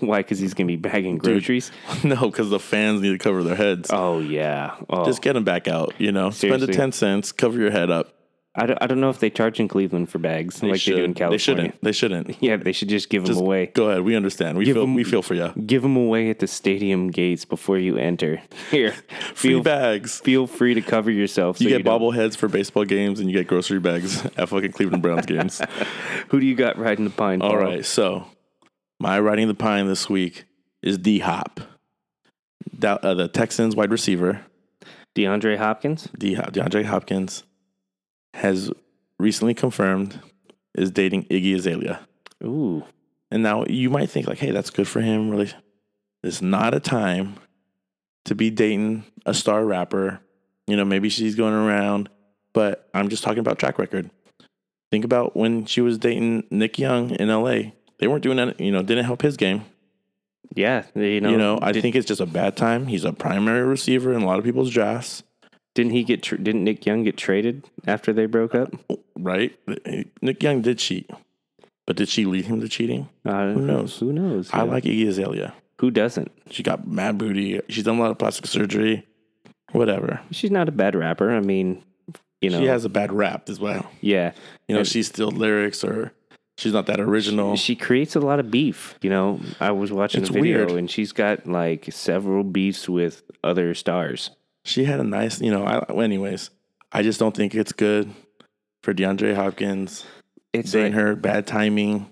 Why? Because he's gonna be bagging groceries.
no, because the fans need to cover their heads.
Oh yeah. Oh,
Just get them back out. You know, spend
Seriously.
the ten cents, cover your head up.
I don't. I don't know if they charge in Cleveland for bags like they do in California.
They shouldn't. They shouldn't.
Yeah, they should just give
Just
them away.
Go ahead. We understand. We feel.
'em-
we feel for you.
Give them away at the stadium gates before you enter. Here,
Free
feel
bags.
feel free to cover yourself. So
You get
don't-
bobbleheads for baseball games, and you get grocery bags at fucking Cleveland Browns games.
Who do you got riding the pine?
All
Paul?
right, so my riding the pine this week is D Hop, Da- uh, the Texans wide receiver.
DeAndre Hopkins.
D Hop, DeAndre Hopkins has recently confirmed is dating Iggy Azalea.
Ooh.
And now you might think like, hey, that's good for him. Really, it's not a time to be dating a star rapper. You know, maybe she's going around, but I'm just talking about track record. Think about when she was dating Nick Young in L.A. They weren't doing that. You know, didn't help his game.
Yeah, you know,
you know, I
did,
think it's just a bad time. He's a primary receiver in a lot of people's drafts,
didn't he get tr didn't Nick Young get traded after they broke up?
right? Nick Young did cheat, but did she lead him to cheating?
Uh,
Who knows?
Who knows?
I
Yeah.
like Iggy Azalea.
who doesn't.
She got mad booty. She's done a lot of plastic surgery. Whatever.
She's not a bad rapper. I mean, you know,
She has a bad rap as well.
yeah,
You know,
And-
she's still lyrics or she's not that original.
she creates a lot of beef. You know, I was watching
Oh. It's
a video
weird.
and she's got like several beefs with other stars.
she had a nice, you know, I, well, anyways, I just don't think it's good for DeAndre Hopkins.
It's
Dating
like,
her, bad timing.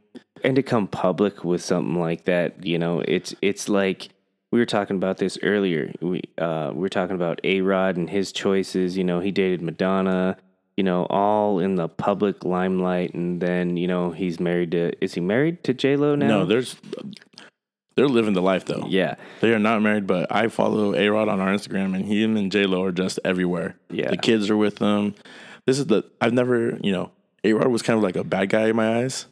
and to come public with something like that, you know, it's it's like we were talking about this earlier. We uh, we were talking about A Rod and his choices. You know, he dated Madonna. You know, all in the public limelight, and then you know he's married to. Is he married to J Lo now?
No, there's they're living the life though.
yeah,
They are not married, but I follow A Rod on our Instagram, and he and J Lo are just everywhere.
Yeah.
the kids are with them. This is the I've never, you know, A Rod was kind of like a bad guy in my eyes,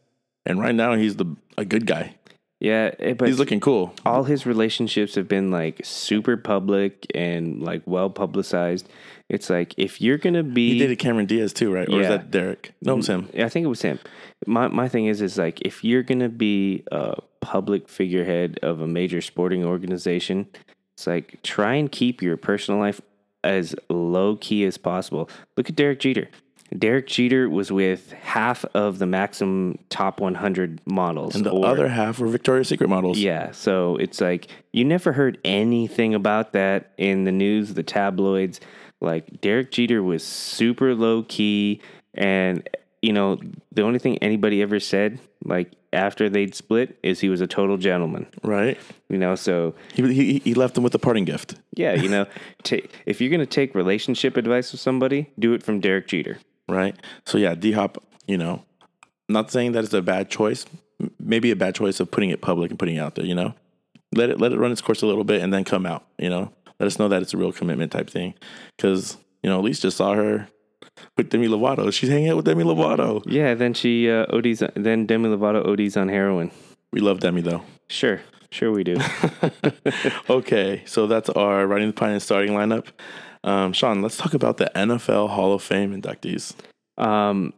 and right now he's the a good guy.
yeah. eh, But
He's looking cool.
all his relationships have been like super public and like well publicized. It's like if you're gonna be
He dated Cameron Diaz too, right? Or is
Yeah.
that Derek? No, it's him.
Um, Yeah, I think it was him. My my thing is is like if you're gonna be a public figurehead of a major sporting organization, it's like try and keep your personal life as low key as possible. Look at Derek Jeter. Derek Jeter was with half of the maximum top 100 models.
And the
or-
other half were Victoria's Secret models.
yeah, so it's like you never heard anything about that in the news, the tabloids. Like Derek Jeter was super low key, and you know the only thing anybody ever said, like after they'd split, is he was a total gentleman.
right.
You know, so
He, he he left them with a parting gift.
yeah, you know, ta if you're gonna take relationship advice with somebody, do it from Derek Jeter.
right? So yeah, D Hop, you know, not saying that it's a bad choice, m- maybe a bad choice of putting it public and putting it out there, you know. Let it let it run its course a little bit and then come out, you know. Let us know that it's a real commitment type thing, because you know, at least just saw her with Demi Lovato. She's hanging out with Demi Lovato.
Yeah, then she uh, ODs, then Demi Lovato ODs on heroin.
We love Demi though.
Sure, sure we do.
Okay, so that's our riding the pine and starting lineup. Um, Sean, let's talk about the NFL Hall of Fame inductees.
um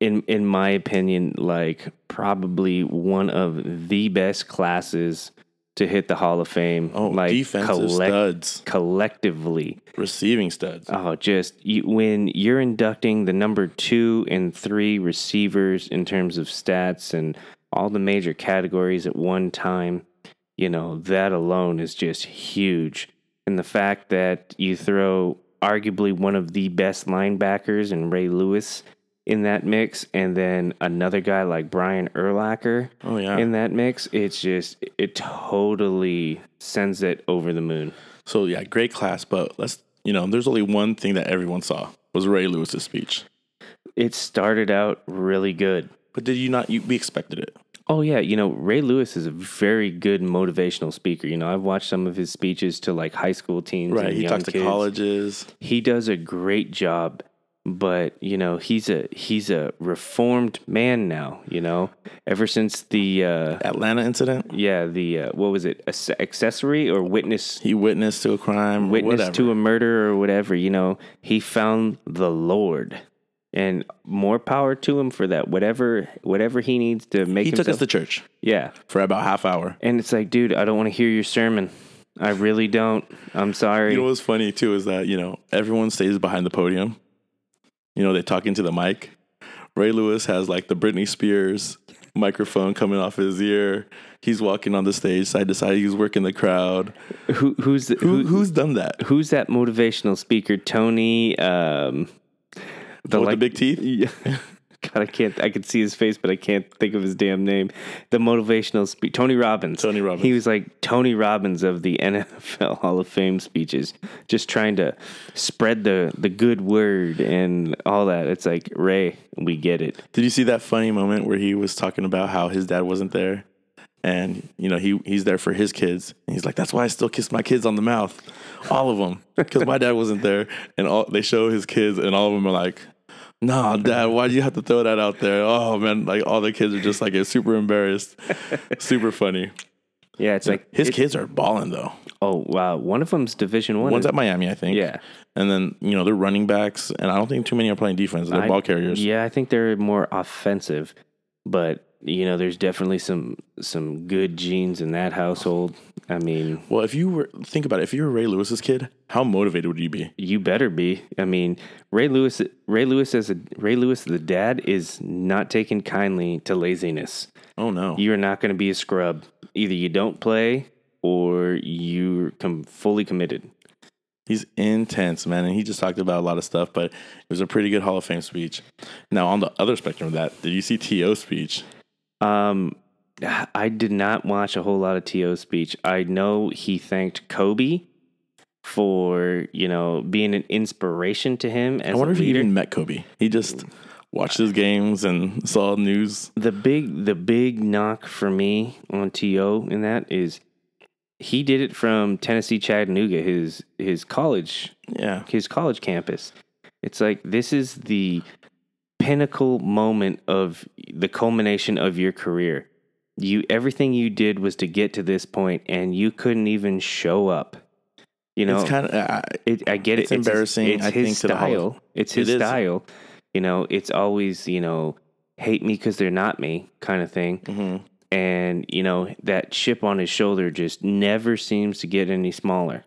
in in my opinion like probably one of the best classes to hit the hall of fame
Oh,
like
defensive
collec-
studs,
collectively
receiving studs.
oh just you, when you're inducting the number 2 and 3 receivers in terms of stats and all the major categories at one time you know that alone is just huge and the fact that you throw arguably one of the best linebackers in Ray Lewis in that mix, and then another guy like Brian Erlacher
Oh, yeah.
in that mix, it's just it totally sends it over the moon.
So yeah, great class, but let's you know, there's only one thing that everyone saw was Ray Lewis's speech.
It started out really good.
But did you not? You, we expected it.
Oh yeah, you know Ray Lewis is a very good motivational speaker. You know I've watched some of his speeches to like high school teens.
Right.
and
He
young
talked to
kids.
colleges.
He does a great job, but you know he's a he's a reformed man now. You know ever since the uh,
Atlanta incident.
yeah the uh, what was it Ac- accessory or witness
He witnessed to a crime.
witness
whatever.
to a murder or whatever. You know he found the Lord. And more power to him for that. Whatever, whatever he needs to make
He
himself.
took us to church
yeah,
for about half hour.
And it's like, dude, I don't want to hear your sermon. I really don't. I'm sorry.
You know what's funny too is that you know everyone stays behind the podium. You know they talk into the mic. Ray Lewis has like the Britney Spears microphone coming off his ear. He's walking on the stage side to side. He's working the crowd.
Who, who's the,
Who,
who,
who's done that?
who's that motivational speaker? Tony. Um,
With the
like-
big teeth.
Yeah. God, I can't. I could see his face, but I can't think of his damn name. The motivational speech, Tony Robbins.
Tony Robbins.
He was like Tony Robbins of the NFL Hall of Fame speeches, just trying to spread the the good word and all that. It's like Ray, we get it.
Did you see that funny moment where he was talking about how his dad wasn't there? And you know he he's there for his kids, and he's like, "That's why I still kiss my kids on the mouth, all of them, because my dad wasn't there." And all they show his kids, and all of them are like, "No, dad, why do you have to throw that out there?" Oh man, like all the kids are just like super embarrassed, super funny.
Yeah, it's like
His kids are balling though.
Oh wow, one of them's Division One.
One's at Miami, I think.
Yeah.
and then you know they're running backs, and I don't think too many are playing defense. They're
I-
ball carriers.
Yeah, I think they're more offensive, but you know, there's definitely some some good genes in that household. I mean,
Well, if you were think about it, if you were Ray Lewis's kid, how motivated would you be?
you better be. I mean, Ray Lewis, Ray Lewis as a Ray Lewis the dad is not taken kindly to laziness.
Oh no.
You are not going to be a scrub. Either you don't play or you're com- fully committed.
He's intense, man, and he just talked about a lot of stuff, but it was a pretty good Hall of Fame speech. Now, on the other spectrum of that, did you see T.O.'s speech?
Um, I did not watch a whole lot of To's speech. I know he thanked Kobe for you know being an inspiration to him as
I wonder
a
if he
leader.
even met Kobe. He just watched his games and saw news.
the big the big knock for me on To in that is he did it from Tennessee Chattanooga, his his college
Yeah,
his college campus. It's like this is the pinnacle moment of the culmination of your career. You everything you did was to get to this point, and you couldn't even show up. You know,
it's kind of uh,
it, I get it.
it's embarrassing,
It's,
I
his
think, to the Hall
style. it's his
It is.
style. You know, it's always you know, hate me because they're not me kind of thing.
Mm-hmm.
And you know that chip on his shoulder just never seems to get any smaller.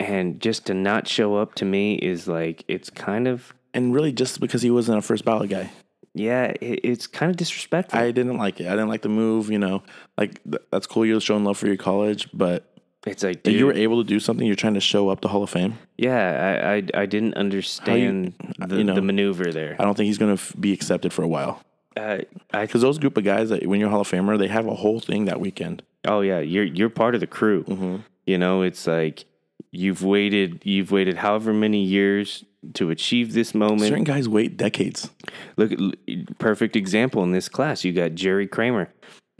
And just to not show up to me is like it's kind of
and really just because he wasn't a first ballot guy.
yeah, it, it's kind of disrespectful.
I didn't like it. I didn't like the move. You know, like th- that's cool. You're showing love for your college, but
it's like
that
dude,
you were able to do something. You're trying to show up the Hall of Fame.
yeah, I, I I didn't understand the,
uh, you know,
the maneuver there.
I don't think he's going to f- be accepted for a while.
Uh, I
Because those group of guys that when you're a Hall of Famer, they have a whole thing that weekend.
Oh yeah, you're you're part of the crew. You know, it's like you've waited you've waited however many years to achieve this moment.
Certain guys wait decades.
Look, l- perfect example in this class. You got Jerry Kramer.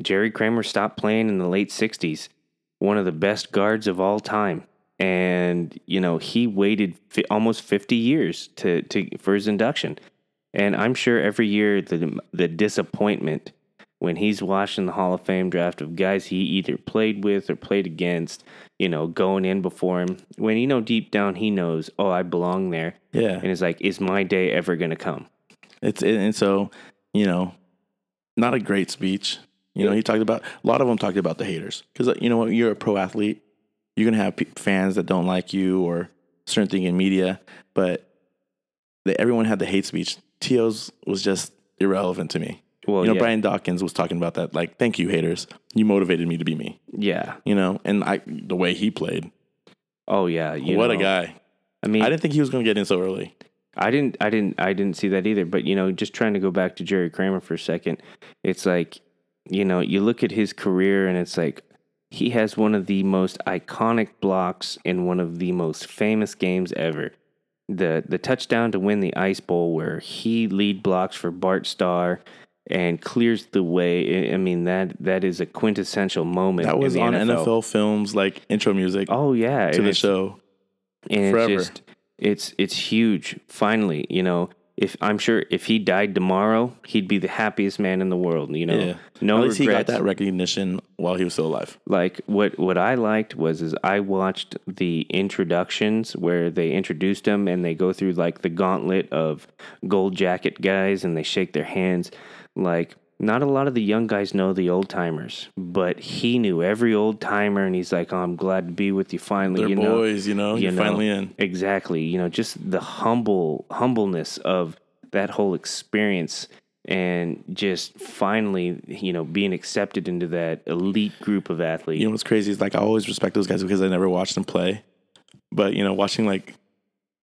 Jerry Kramer stopped playing in the late '60s. One of the best guards of all time, and you know he waited fi- almost 50 years to to for his induction. And I'm sure every year the the disappointment when he's watching the Hall of Fame draft of guys he either played with or played against, you know, going in before him. When you know deep down he knows, oh, I belong there.
Yeah,
And it's like, is my day ever going to come?
it's and and so you know, not a great speech. You know, he talked about a lot of them talked about the haters because you know what, you're a pro athlete, you're gonna have pe- fans that don't like you or certain thing in media, but they, everyone had the hate speech. To's was just irrelevant to me.
Well,
you know,
yeah.
Brian Dawkins was talking about that. Like, thank you, haters. You motivated me to be me.
Yeah.
You know, and I the way he played.
Oh yeah. You
what
know.
a guy.
I mean,
I didn't think he was going to get in so early.
I didn't I didn't I didn't see that either. But you know, just trying to go back to Jerry Kramer for a second, it's like, you know, you look at his career and it's like he has one of the most iconic blocks in one of the most famous games ever. The the touchdown to win the Ice Bowl where he lead blocks for Bart Starr and clears the way. I- I mean that that is a quintessential moment.
That
in
was
the
on NFL. films like intro music
Oh yeah,
to
and
the
it's-
show.
and
Forever.
It's, just, it's it's huge. Finally, you know, if I'm sure if he died tomorrow, he'd be the happiest man in the world. You know,
yeah.
no
At least he got
regrets.
that recognition while he was still alive.
like what what I liked was is I watched the introductions where they introduced him and they go through like the gauntlet of gold jacket guys and they shake their hands. Like not a lot of the young guys know the old timers, but he knew every old timer and he's like, oh, "I'm glad to be with you finally."
They're
you know?
boys, you know. Oh, You're
know,
finally in.
Exactly. You know, just the humble humbleness of that whole experience and just finally, you know, being accepted into that elite group of athletes.
You know what's crazy is like I always respect those guys because I never watched them play. But you know, watching like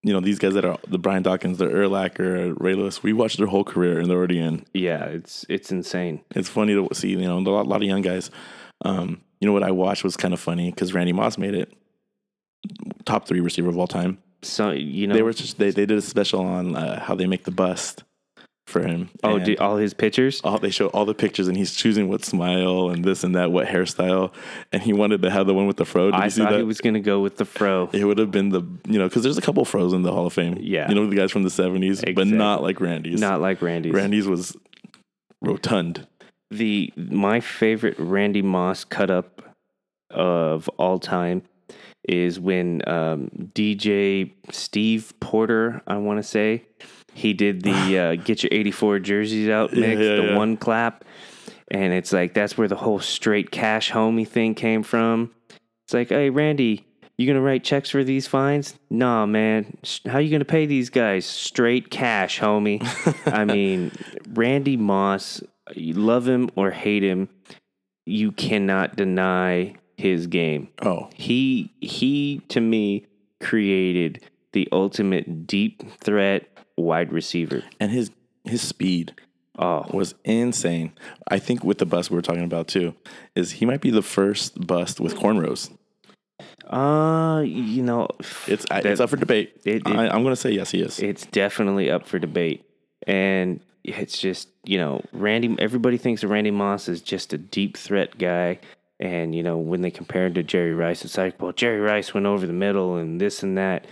you know these guys that are the Brian Dawkins, the Erlacher, Ray Lewis, we watched their whole career and they're already in.
yeah, it's it's insane.
It's funny to see you know a lot, lot of young guys. Um, you know what I watched was kind of funny because Randy Moss made it top three receiver of all time.
So you know
They were just they, they did a special on uh, how they make the bust for him.
oh
And
dude, all his pictures.
all, they show all the pictures and he's choosing what smile and this and that, what hairstyle, and he wanted to have the one with the fro. Did
I
you see
thought
that?
he was gonna go with the fro.
It would have been the you know because there's a couple Fro's in the Hall of Fame.
Yeah.
you know the guys from the '70s, but
Exactly.
not like Randy's.
Not like Randy's.
Randy's was rotund.
the my favorite Randy Moss cut up of all time is when um, DJ Steve Porter, I want to say, he did the uh, "Get Your '84 Jerseys Out"
Yeah,
mix,
yeah,
the
yeah.
one clap, and it's like that's where the whole straight cash homie thing came from. It's like, hey, Randy. You gonna write checks for these fines? Nah, man. S- How you gonna pay these guys? Straight cash, homie. I mean, Randy Moss, you love him or hate him, you cannot deny his game.
Oh,
He he to me created the ultimate deep threat wide receiver.
and his his speed
Oh,
was insane. I think with the bust we were talking about too, is he might be the first bust with cornrows.
uh, you know,
It's I
that-
it's up for debate.
it- it-
I, I'm gonna say yes, he is.
it's definitely up for debate. And it's just, you know, Randy, everybody thinks of Randy Moss is just a deep threat guy. And, you know, when they compare him to Jerry Rice, it's like, well, Jerry Rice went over the middle and this and that.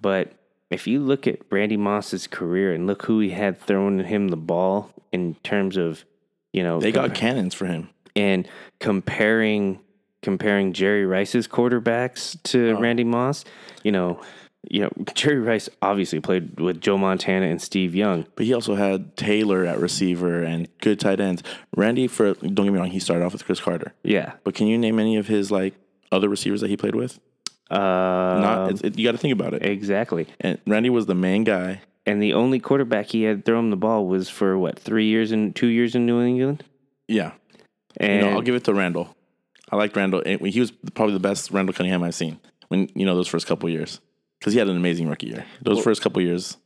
But if you look at Randy Moss's career and look who he had throwing him the ball in terms of, you know,
they got
compa-
cannons for him.
and comparing comparing Jerry Rice's quarterbacks to
Uh-huh.
Randy Moss, you know, you know, Jerry Rice obviously played with Joe Montana and Steve Young.
But he also had Taylor at receiver and good tight ends. Randy, for don't get me wrong, he started off with Chris Carter.
Yeah.
But can you name any of his like other receivers that he played with?
Uh,
Not it's, it, you got to think about it.
exactly.
And Randy was the main guy.
And the only quarterback he had thrown the ball was for what, 3 years and 2 years in New England?
Yeah,
And
you know, I'll give it to Randall. I liked Randall. And He was probably the best Randall Cunningham I've seen. When you know those first couple years, because he had an amazing rookie year. Those first couple years,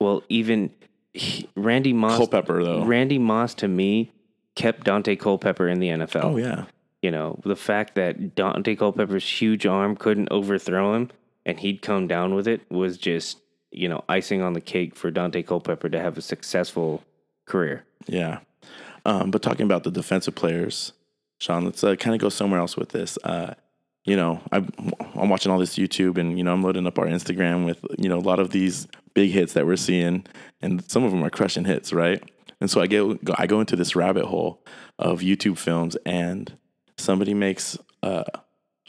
well, even he- Randy Moss
Culpepper though.
Randy Moss to me kept Dante Culpepper in the NFL.
oh yeah,
you know, the fact that Dante Culpepper's huge arm couldn't overthrow him and he'd come down with it was just, you know, icing on the cake for Dante Culpepper to have a successful career.
yeah. Um, but talking about the defensive players, Sean, let's uh, kind of go somewhere else with this. Uh, you know, I'm, I'm watching all this YouTube, and you know, I'm loading up our Instagram with you know a lot of these big hits that we're seeing, and some of them are crushing hits, right? And so I get I go into this rabbit hole of YouTube films, and somebody makes uh,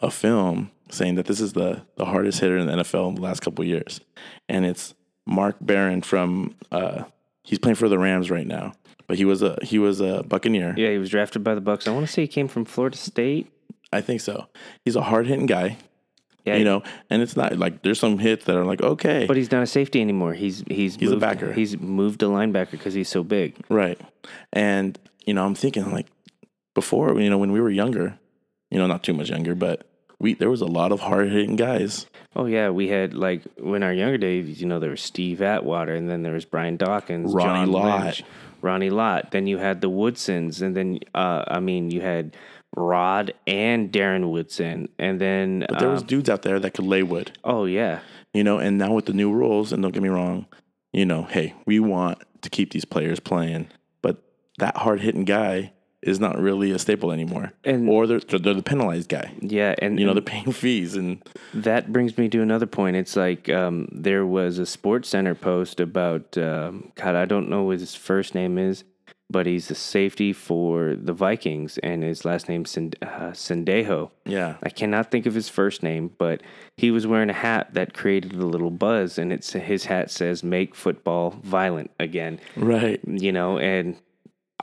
a film saying that this is the the hardest hitter in the NFL in the last couple of years, and it's Mark Barron from uh, he's playing for the Rams right now, but he was a he was a Buccaneer.
Yeah, he was drafted by the Bucks. I want to say he came from Florida State.
I think so. He's a hard hitting guy,
Yeah,
you know, and it's not like there's some hits that are like okay,
but he's not a safety anymore. He's he's
He's a
moved,
backer.
He's moved to linebacker because he's so big.
right? And you know, I'm thinking like before, you know, when we were younger, you know, not too much younger, but we there was a lot of hard hitting guys.
Oh yeah, we had like when our younger days, you know, there was Steve Atwater, and then there was Brian Dawkins,
Ronnie
John
Lott.
Lynch, Ronnie Lott. Then you had the Woodsons, and then uh, I mean, you had Rod and Darren Woodson, and then
But there was
um,
dudes out there that could lay wood.
oh yeah,
you know and now with the new rules and don't get me wrong you know hey we want to keep these players playing but that hard-hitting guy is not really a staple anymore
And-
or they're, they're the penalized guy
yeah, and
you know they're paying fees and
That brings me to another point. It's like um, there was a Sports Center post about um, God. I don't know what his first name is, but he's the safety for the Vikings, and his last name Send- uh, Sendejo.
yeah
I cannot think of his first name, but he was wearing a hat that created a little buzz, and it's his hat says "Make football violent again."
right
You know, and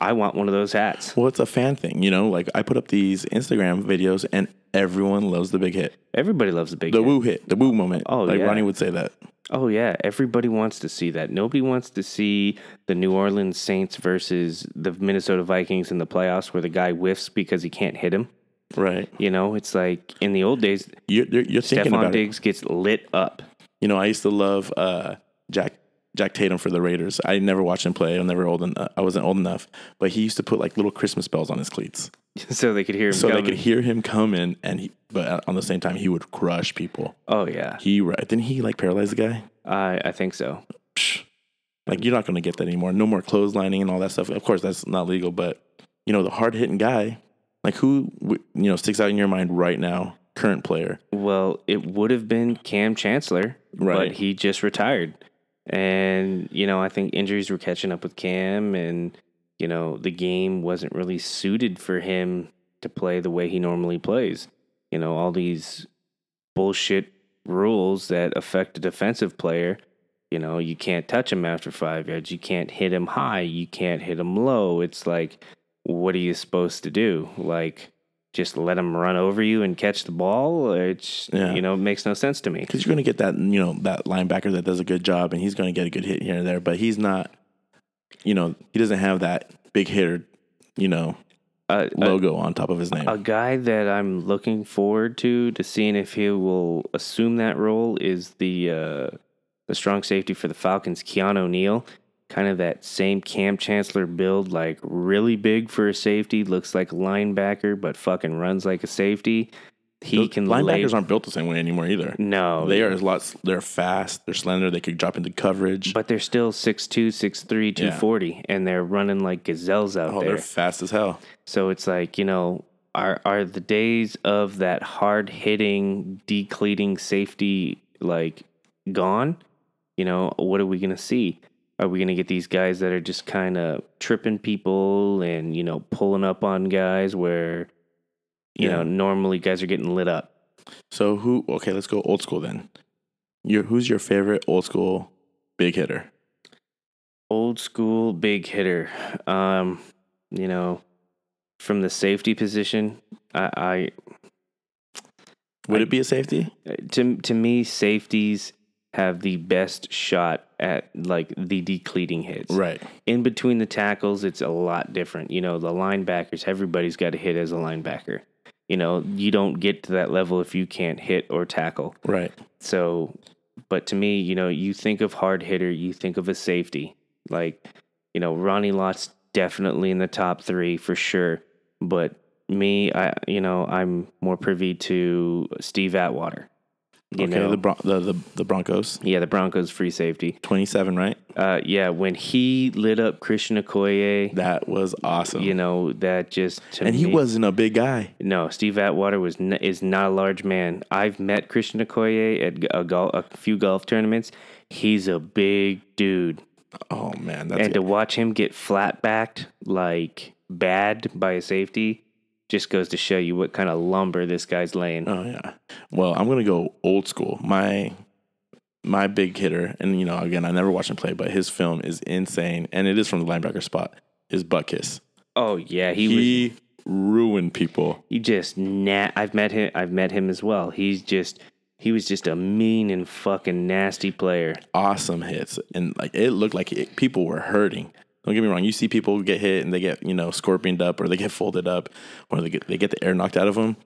I want one of those hats.
well it's a fan thing you know like i put up these instagram videos and everyone loves the big hit
Everybody loves the big
the
hat.
woo hit the woo moment
Oh,
like
yeah.
ronnie would say that
Oh yeah, everybody wants to see that. Nobody wants to see the New Orleans Saints versus the Minnesota Vikings in the playoffs where the guy whiffs because he can't hit him.
right
You know, it's like in the old days,
you're, you're, you're thinking
Stephon
about it
Diggs gets lit up.
You know, I used to love uh, Jack Jack Tatum for the Raiders. I never watched him play. I'm never old. En- I wasn't old enough, but he used to put like little Christmas bells on his cleats,
So they could hear him
so
coming.
they could hear him coming. And he, but uh, on the same time, he would crush people.
oh yeah,
He ri- didn't he like paralyze the guy.
I I think so.
Psh. Like you're not going to get that anymore. No more clotheslining and all that stuff. Of course, that's not legal, but you know the hard hitting guy. Like who w- you know sticks out in your mind right now? Current player.
Well, it would have been Cam Chancellor,
Right.
but he just retired. And, you know, I think injuries were catching up with Cam and, you know, the game wasn't really suited for him to play the way he normally plays. You know, all these bullshit rules that affect a defensive player. You know, you can't touch him after five yards. You can't hit him high. You can't hit him low. It's like, what are you supposed to do? Like, just let him run over you and catch the ball? It's,
Yeah.
you know, it makes no sense to me.
because you're going to get that you know that linebacker that does a good job and he's going to get a good hit here and there but he's not you know he doesn't have that big hitter you know
Uh, a,
logo on top of his name
a guy that I'm looking forward to to seeing if he will assume that role is the uh, the strong safety for the Falcons, Keanu Neal. Kind of that same Cam Chancellor build, like really big for a safety, looks like a linebacker, but fucking runs like a safety. He
Those
can lay.
linebackers aren't built the same way anymore either
no,
they are lots they're fast they're slender they could drop into coverage
but they're still 6'2", 6'3", 240, and they're running like gazelles out
oh
there.
they're fast as hell
So it's like, you know, are are the days of that hard hitting, decleating safety like gone? You know, what are we gonna see? Are we gonna get these guys that are just kind of tripping people and you know pulling up on guys where you
Yeah.
know normally guys are getting lit up?
so who okay let's go old school then your who's your favorite old school big hitter
Old school big hitter. Um, you know, from the safety position, I, I
would
I-
it be a safety
to to me, safeties have the best shot at like the decleating hits.
right
In between the tackles, it's a lot different. You know, the linebackers, everybody's got to hit as a linebacker. You know, you don't get to that level if you can't hit or tackle.
right
So, but to me, you know, you think of hard hitter, you think of a safety. Like, you know, Ronnie Lott's definitely in the top three for sure. But me, I, you know, I'm more privy to Steve Atwater. You
okay
know,
the, Bron- the the the broncos
yeah, the Broncos free safety.
27 right
Uh, yeah, when he lit up Christian Okoye,
that was awesome
you know, that just to
and he
me-
wasn't a big guy.
No, Steve Atwater was n- is not a large man. I've met Christian Okoye at g- a, gol- a few golf tournaments. He's a big dude,
Oh man, that's
and to watch him get flat backed like bad by a safety just goes to show you what kind of lumber this guy's laying.
oh yeah. Well, I'm gonna go old school. My my big hitter, and you know, again, I never watched him play, but his film is insane, and it is from the linebacker spot. Is Butt Kiss.
oh yeah, he,
He,
was.
ruined people.
He just na I've met him. I've met him as well. He's just. He was just a mean and fucking nasty player.
Awesome hits, and like it looked like it, people were hurting. Don't get me wrong. You see people get hit and they get you know scorpioned up or they get folded up or they get they get the air knocked out of them.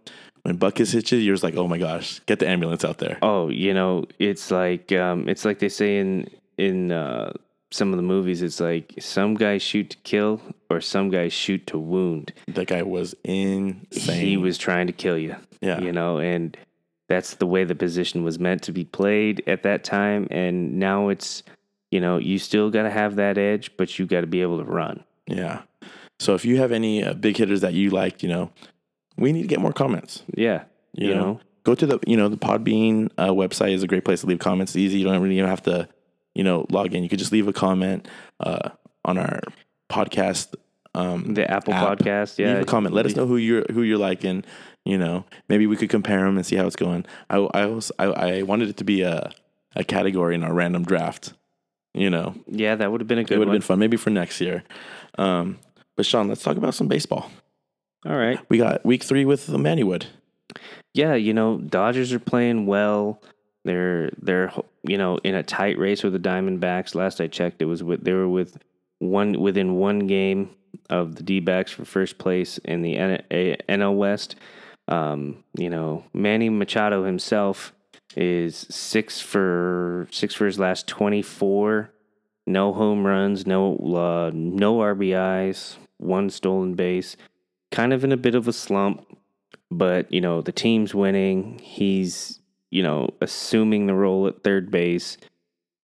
When Buckus hits you, you're just like, oh my gosh, get the ambulance out there.
Oh, you know, it's like um, it's like they say in in uh, some of the movies. It's like some guys shoot to kill, or some guys shoot to wound.
That guy was insane.
He was trying to kill you.
Yeah.
you know, and that's the way the position was meant to be played at that time. And now it's, you know, you still got to have that edge, but you got to be able to run.
Yeah. So if you have any uh, big hitters that you liked, you know, we need to get more comments.
Yeah,
You,
you
know?
know?
go to the you know the Podbean uh, website is a great place to leave comments. It's easy. You don't really even have to you know log in. You could just leave a comment uh, on our podcast. Um,
the Apple
app.
Podcast. Yeah,
leave a comment. Let us know who you're who you're liking. You know, maybe we could compare them and see how it's going. I I was, I, I wanted it to be a a category in our random draft. You know,
Yeah, that would have been a
it
good
would
one.
have been fun. Maybe for next year. Um, but Sean, let's talk about some baseball.
All right.
We got week three with the Mannywood.
yeah, you know, Dodgers are playing well. They're they're you know in a tight race with the Diamondbacks. Last I checked, it was with they were with one within one game of the D-backs for first place in the N- A- NL West. Um, you know, Manny Machado himself is six for six for his last twenty four. No home runs, no uh, no RBIs, one stolen base. Kind of in a bit of a slump but you know the team's winning he's you know assuming the role at third base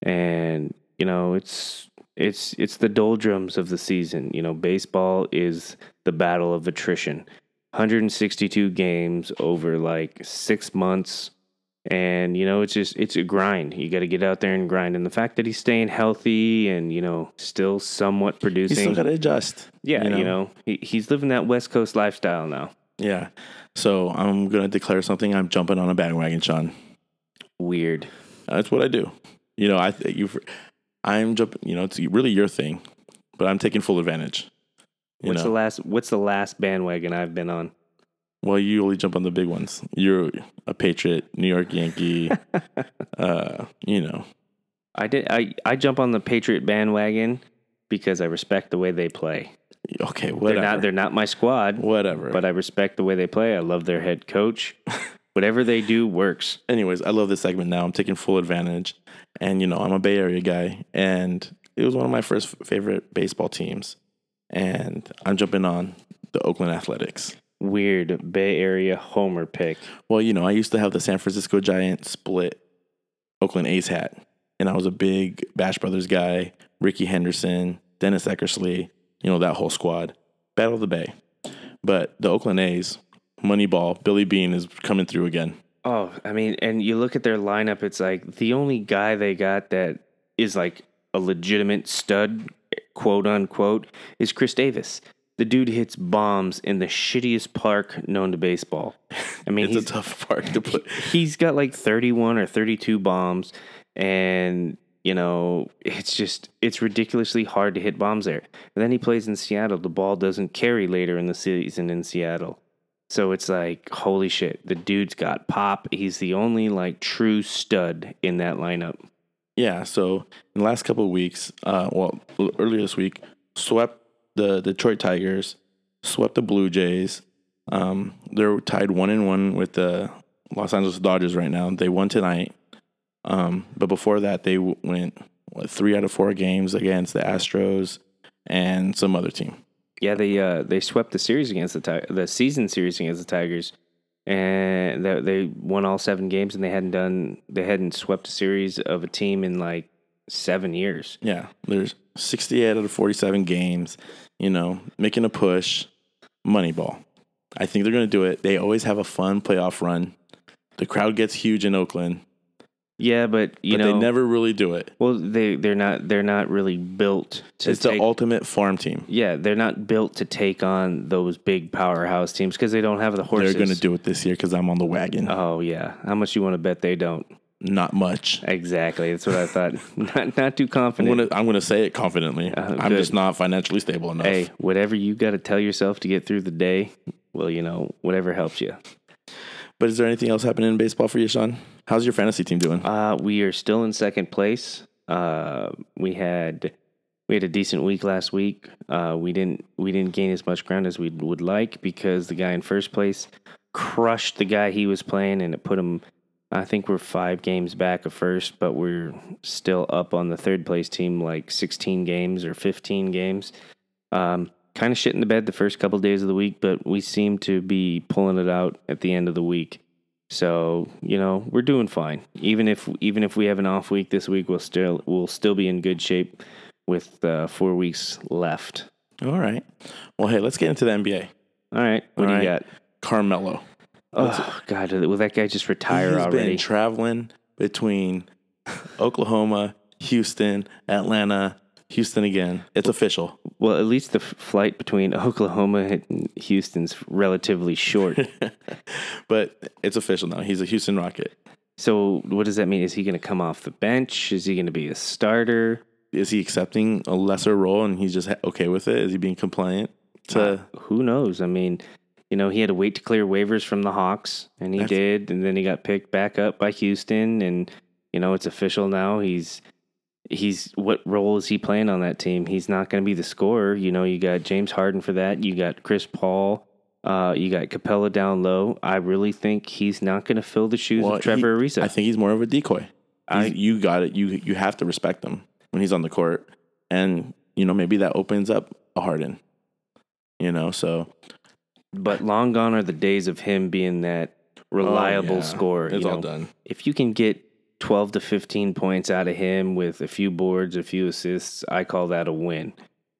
and you know it's it's it's the doldrums of the season you know baseball is the battle of attrition 162 games over like 6 months and you know it's just it's a grind you got to get out there and grind and the fact that he's staying healthy and you know still somewhat
You
producing
still got to adjust.
yeah you know, he, he's living that west coast lifestyle now
Yeah. So I'm gonna declare something. I'm jumping on a bandwagon, Sean.
weird
That's what I do. You know, I th- you, I'm jumping. You know, it's really your thing, but I'm taking full advantage. You
What's
know,
the last What's the last bandwagon I've been on?
well, you only jump on the big ones. You're a Patriot, New York Yankee. uh, you know,
I did. I I jump on the Patriot bandwagon because I respect the way they play.
okay, whatever,
They're not. They're not my squad,
whatever.
but I respect the way they play. I love their head coach. Whatever they do works.
anyways, I love this segment now. I'm taking full advantage. And, you know, I'm a Bay Area guy, and it was one of my first f- favorite baseball teams. And I'm jumping on the Oakland Athletics.
Weird Bay Area homer pick.
Well, you know, I used to have the San Francisco Giant split Oakland A's hat, and I was a big Bash Brothers guy, Ricky Henderson, Dennis Eckersley, you know, that whole squad. Battle of the Bay. But the Oakland A's, Moneyball, Billy Bean is coming through again.
Oh, I mean, and you look at their lineup. It's like the only guy they got that is like a legitimate stud, quote unquote, is Chris Davis. The dude hits bombs in the shittiest park known to baseball. I mean,
It's
he's,
a tough park to play.
he's got like 31 or 32 bombs and you know it's just it's ridiculously hard to hit bombs there and then he plays in seattle the ball doesn't carry later in the season in seattle so it's like holy shit the dude's got pop he's the only like true stud in that lineup
Yeah, so in the last couple of weeks, uh, well, l- earlier this week, swept the Detroit Tigers, swept the Blue Jays. Um, they're tied one and one with the Los Angeles Dodgers right now. They won tonight, um, but before that, they w- went what, three out of four games against the Astros and some other team.
yeah they uh they swept the series against the Ti- the season series against the tigers and they, they won all seven games and they hadn't done they hadn't swept a series of a team in like seven years
Yeah, there's 68 out of 47 games, you know, making a push, Moneyball. I think they're going to do it. They always have a fun playoff run. The crowd gets huge in Oakland,
Yeah, but you
but
know,
they never really do it.
Well, they they're not they're not really built to
It's the
take.
ultimate farm team.
yeah, they're not built to take on those big powerhouse teams because they don't have the horses.
They're going to do it this year because I'm on the wagon.
Oh yeah, how much you want to bet they don't?
Not much.
Exactly, that's what I thought. not not too
I'm
confident.
going to I'm gonna say it confidently.
Uh,
I'm
good.
just not financially stable enough.
hey, whatever you got to tell yourself to get through the day. Well, you know, whatever helps you.
But is there anything else happening in baseball for you, Sean? How's your fantasy team doing?
Uh, we are still in second place. Uh, we had we had a decent week last week. Uh, we didn't we didn't gain as much ground as we would like because the guy in first place crushed the guy he was playing, and it put him. I think we're five games back of first, but we're still up on the third place team, like 16 games or 15 games. Um, kind of shit in the bed the first couple days of the week, but we seem to be pulling it out at the end of the week. So you know we're doing fine. Even if even if we have an off week this week, we'll still we'll still be in good shape with uh, four weeks left.
All right. Well, hey, let's get into the NBA.
All right, what do
All
you
right.
got?
Carmelo.
Oh God, will that guy just retire
He's
already?
been traveling between Oklahoma, Houston, Atlanta, Houston again. It's official.
well, at least the f- flight between Oklahoma and Houston's relatively short.
But it's official now. He's a Houston Rocket.
so what does that mean? Is he going to come off the bench? Is he going to be a starter?
Is he accepting a lesser role and he's just ha- okay with it? Is he being compliant
Uh,
to
Who knows? I mean, you know, he had to wait to clear waivers from the Hawks, and he
That's-
did, and then he got picked back up by Houston, and you know, it's official now. He's he's what role is he playing on that team? He's not going to be the scorer. You know, you got James Harden for that. You got Chris Paul. Uh, you got Capella down low. I really think he's not going to fill the shoes
Well,
of Trevor
he-
Ariza.
I think he's more of a decoy.
I-
He's- you got it. You you have to respect him when he's on the court, and you know maybe that opens up a Harden. You know, so
but long gone are the days of him being that reliable
Oh, yeah.
scorer.
It's
you
all
know?
done.
if you can get 12 to 15 points out of him with a few boards, a few assists, I call that a win,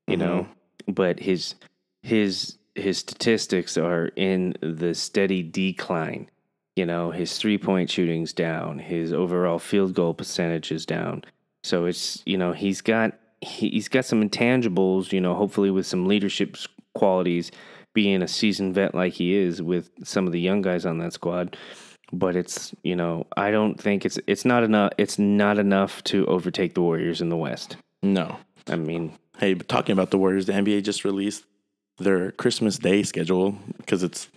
you know. But his his his statistics are in the steady decline. You know, his three-point shooting's down, his overall field goal percentage is down. So it's, you know, he's got he- he's got some intangibles, you know, hopefully with some leadership s- qualities being a seasoned vet like he is with some of the young guys on that squad but it's you know I don't think it's it's not enough it's not enough to overtake the Warriors in the West.
No,
I mean,
Hey, but talking about the Warriors, the NBA just released their Christmas Day schedule because it's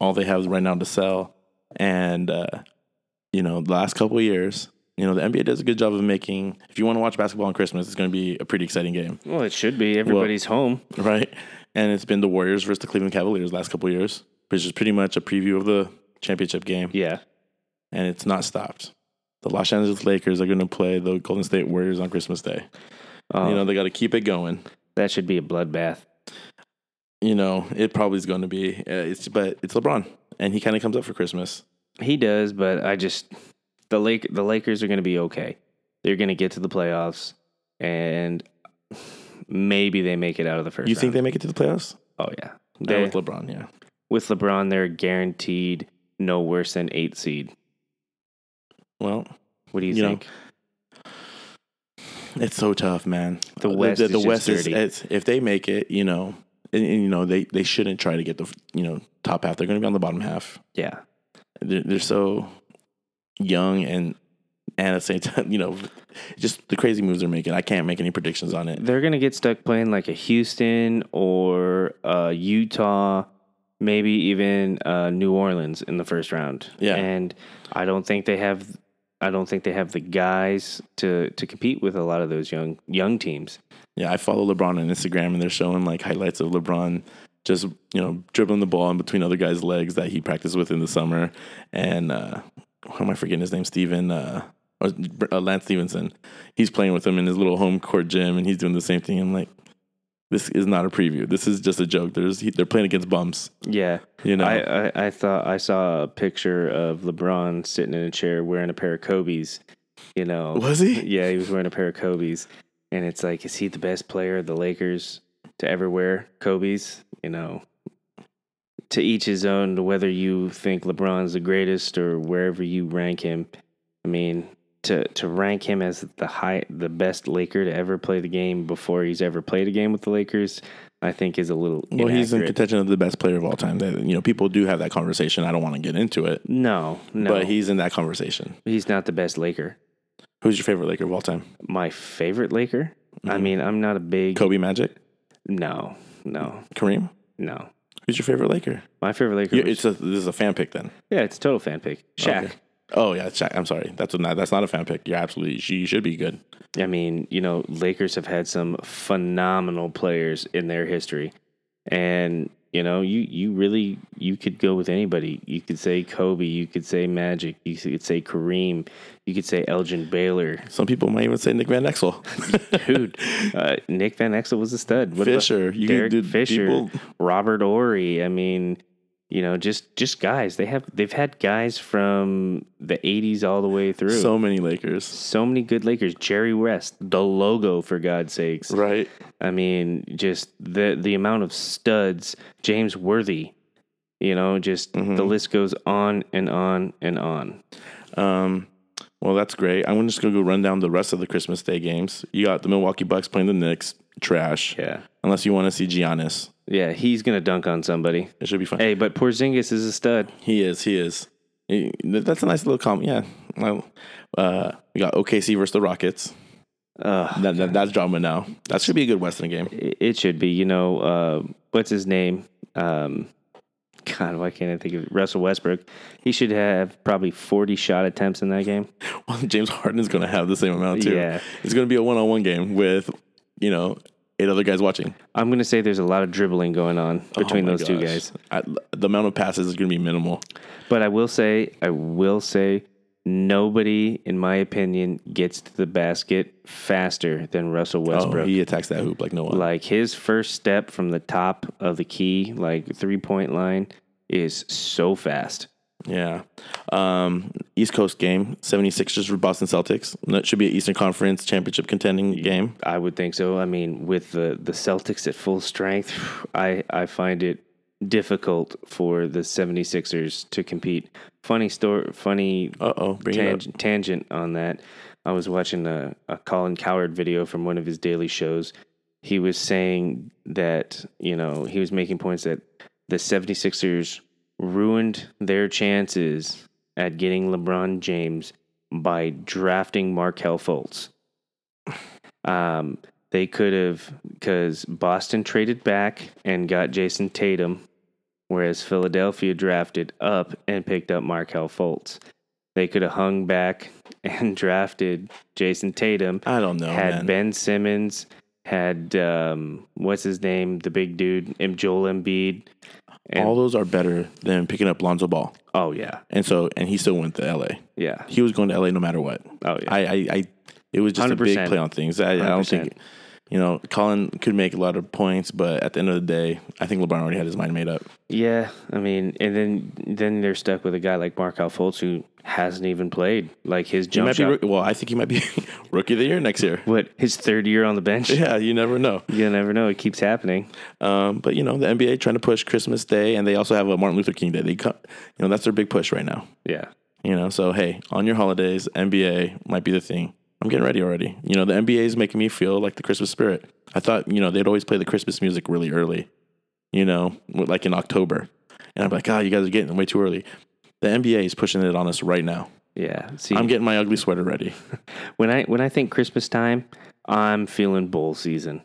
all they have right now to sell. And uh, you know, the last couple of years, you know, the NBA does a good job of making. If you want to watch basketball on Christmas, it's going to be a pretty exciting game,
well, it should be everybody's home.
right? And it's been the Warriors versus the Cleveland Cavaliers the last couple of years, which is pretty much a preview of the championship game.
Yeah,
And it's not stopped. The Los Angeles Lakers are going to play the Golden State Warriors on Christmas Day.
Uh,
You know, they got to keep it going.
that should be a bloodbath.
you know, it probably is going to be. Uh, it's but it's LeBron, and he kind of comes up for Christmas.
He does, but I just the Lake the Lakers are going to be okay. They're going to get to the playoffs, and maybe they make it out of the first.
You think they make it to the playoffs?
they? Oh yeah,
Yeah,
they,
with LeBron, yeah.
with LeBron, they're guaranteed no worse than eight seed.
Well,
What do you,
You know,
think?
it's so tough, man.
The
Uh,
West is just dirty.
it's, if they make it, you know, and, and, you know they they shouldn't try to get the you know top half. They're going to be on the bottom half.
yeah,
They're, they're so young and and at the same time, you know, just the crazy moves they're making. I can't make any predictions on it.
they're gonna get stuck playing like a Houston or uh, Utah, maybe even uh, New Orleans in the first round.
Yeah.
and I don't think they have. I don't think they have the guys to to compete with a lot of those young young teams.
Yeah, I follow LeBron on Instagram, and they're showing like highlights of LeBron just you know dribbling the ball in between other guys' legs that he practiced with in the summer. And uh, who am I forgetting his name? Steven, uh, or, uh, Lance Stevenson. He's playing with him in his little home court gym, and he's doing the same thing. I'm like, this is not a preview. This is just a joke. There's he, they're playing against bumps.
Yeah,
You know,
I, I I thought I saw a picture of LeBron sitting in a chair wearing a pair of Kobe's. You know,
was he?
yeah, he was wearing a pair of Kobe's, and it's like, is he the best player of the Lakers to ever wear Kobe's? You know, to each his own. Whether you think LeBron's the greatest or wherever you rank him, I mean, to to rank him as the high, the best Laker to ever play the game before he's ever played a game with the Lakers, I think is a little
Well, he's in
inaccurate.
contention of the best player of all time. That you know, people do have that conversation. I don't want to get into it,
No, no,
but he's in that conversation.
he's not the best Laker.
Who's your favorite Laker of all time?
My favorite Laker.
Mm-hmm.
I mean, I'm not a big
Kobe Magic,
no, no,
Kareem.
no.
Who's your favorite Laker?
My favorite Laker.
Yeah, it's
was-
a, this is a fan pick then.
yeah, it's a total fan pick. Shaq.
Okay. Oh yeah, it's Shaq. I'm sorry. That's not that's not a fan pick. You're absolutely she should be good.
I mean, you know, Lakers have had some phenomenal players in their history, and You know, you you really you could go with anybody. You could say Kobe. You could say Magic. You could say Kareem. You could say Elgin Baylor.
Some people might even say Nick Van Exel.
Dude, uh, Nick Van Exel was a stud. What about
Fisher. You
Derek
did
Fisher,
people-
Robert Ory. I mean, you know, just just guys. They have they've had guys from the '80s all the way through.
so many Lakers.
so many good Lakers. Jerry West, the logo for God's sakes.
Right.
I mean, just the the amount of studs, James Worthy, you know, just the
Mm-hmm.
list goes on and on and on.
Um, well, that's great. I'm just gonna go run down the rest of the Christmas Day games. You got the Milwaukee Bucks playing the Knicks. Trash.
Yeah.
Unless you want to see Giannis,
Yeah, he's gonna dunk on somebody.
it should be fun.
Hey, but Porzingis is a stud.
He is. He is. He- that's a nice little comment. Yeah. Well, uh, we got OKC versus the Rockets.
Ugh.
That, that, that's drama now. That should be a good Western game.
It it should be, you know, uh, what's his name? Um, God, why can't I think of it? Russell Westbrook? He should have probably forty shot attempts in that game.
Well, James Harden is going to have the same amount too.
Yeah.
It's going to be a one-on-one game with, you know, eight other guys watching
I'm gonna say there's a lot of dribbling going on between
Oh my
those two
gosh.
guys.
I, the amount of passes is going to be minimal.
But I will say, I will say, nobody, in my opinion, gets to the basket faster than Russell
Oh,
Westbrook.
he attacks that hoop like no one.
Like his first step from the top of the key, like three point line, is so fast.
Yeah. Um, East Coast game, 76ers for Boston Celtics. That should be an Eastern Conference championship contending game.
I would think so. I mean, with the the Celtics at full strength, I I find it difficult for the 76ers to compete. Funny story, funny
Uh-oh. Bring it up.
tangent, tangent on that. I was watching a, a Colin Coward video from one of his daily shows. He was saying that, you know, he was making points that the 76ers ruined their chances at getting LeBron James by drafting Markel Fultz. Um, they could have, because Boston traded back and got Jason Tatum, whereas Philadelphia drafted up and picked up Markel Fultz. They could have hung back and drafted Jason Tatum,
I don't know,
had
man.
Ben Simmons, had um, what's his name, the big dude, M. Joel Embiid. And,
All those are better than picking up Lonzo Ball.
oh yeah,
And so, and he still went to LA.
yeah,
He was going to LA no matter what.
oh yeah.
I, I, I it was just a big
100%.
play on things. I, I don't think,
100%.
you know, Colin could make a lot of points, but at the end of the day, I think LeBron already had his mind made up.
Yeah, I mean, and then then they're stuck with a guy like Markel Fultz who hasn't even played like his
He
jump
might be,
shot.
roo- well, I think he might be rookie of the year next year.
what his third year on the bench?
Yeah, you never know.
You never know. It keeps happening.
Um, but you know, the NBA trying to push Christmas Day, and they also have a Martin Luther King Day. They, co- you know, that's their big push right now.
Yeah,
You know, so hey, on your holidays, NBA might be the thing. I'm getting ready already. You know, the NBA is making me feel like the Christmas spirit. I thought, you know, they'd always play the Christmas music really early, you know, with- like in October. And I'm like, oh, you guys are getting way too early. The NBA is pushing it on us right now.
yeah. See,
I'm getting my ugly sweater ready.
when I when I think Christmas time, I'm feeling bowl season.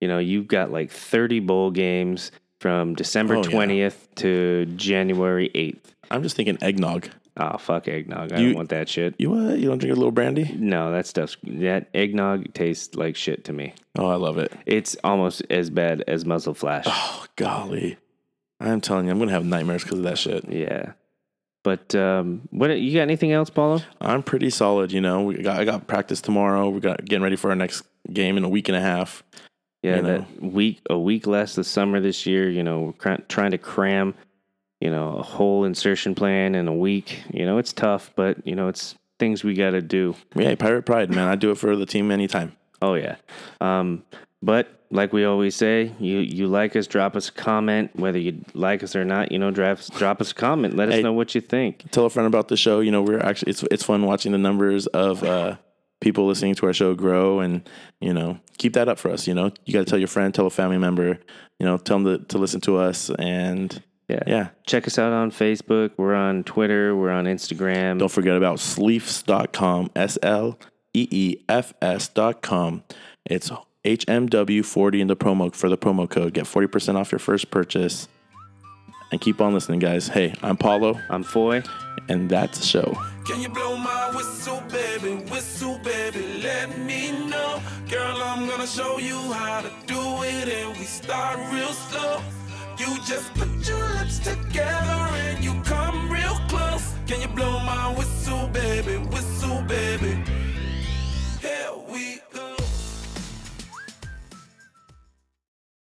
You know, you've got like 30 bowl games from December
Oh, yeah.
20th to January 8th.
I'm just thinking eggnog.
Oh fuck eggnog! I
You-
don't want that shit.
You what? You don't drink a little brandy?
No, that stuff's that eggnog tastes like shit to me.
Oh, I love it.
It's almost as bad as muzzle flash.
Oh, golly. I'm telling you, I'm going to have nightmares because of that shit.
Yeah. But um, what you got? Anything else, Paulo?
I'm pretty solid, you know. We got, I got practice tomorrow. We got getting ready for our next game in a week and a half.
Yeah,
You know.
that week a week less this summer this year. You know, we're cr- trying to cram, you know, a whole insertion plan in a week. You know, it's tough, but you know, it's things we got to do.
Yeah, Pirate Pride, man. I do it for the team anytime.
Oh yeah. Um, but like we always say, you you like us, drop us a comment. Whether you like us or not, you know, drop drop us a comment. Let us
Hey.
know what you think.
Tell a friend about the show. You know, we're actually it's it's fun watching the numbers of uh, people listening to our show grow, and you know, keep that up for us. You know, you got to tell your friend, tell a family member, you know, tell them to, to listen to us, and
Yeah.
yeah,
Check us out on Facebook. We're on Twitter. We're on Instagram.
Don't forget about sleefs.com, S L E E F S.com. It's HMW40 in the promo for the promo code. Get 40% off your first purchase. And keep on listening, guys. Hey, I'm Paulo,
I'm Foy.
and that's the show.
Can you blow my whistle, baby? Whistle, baby, let me know. Girl, I'm gonna show you how to do it, and we start real slow. You just put your lips together and you come.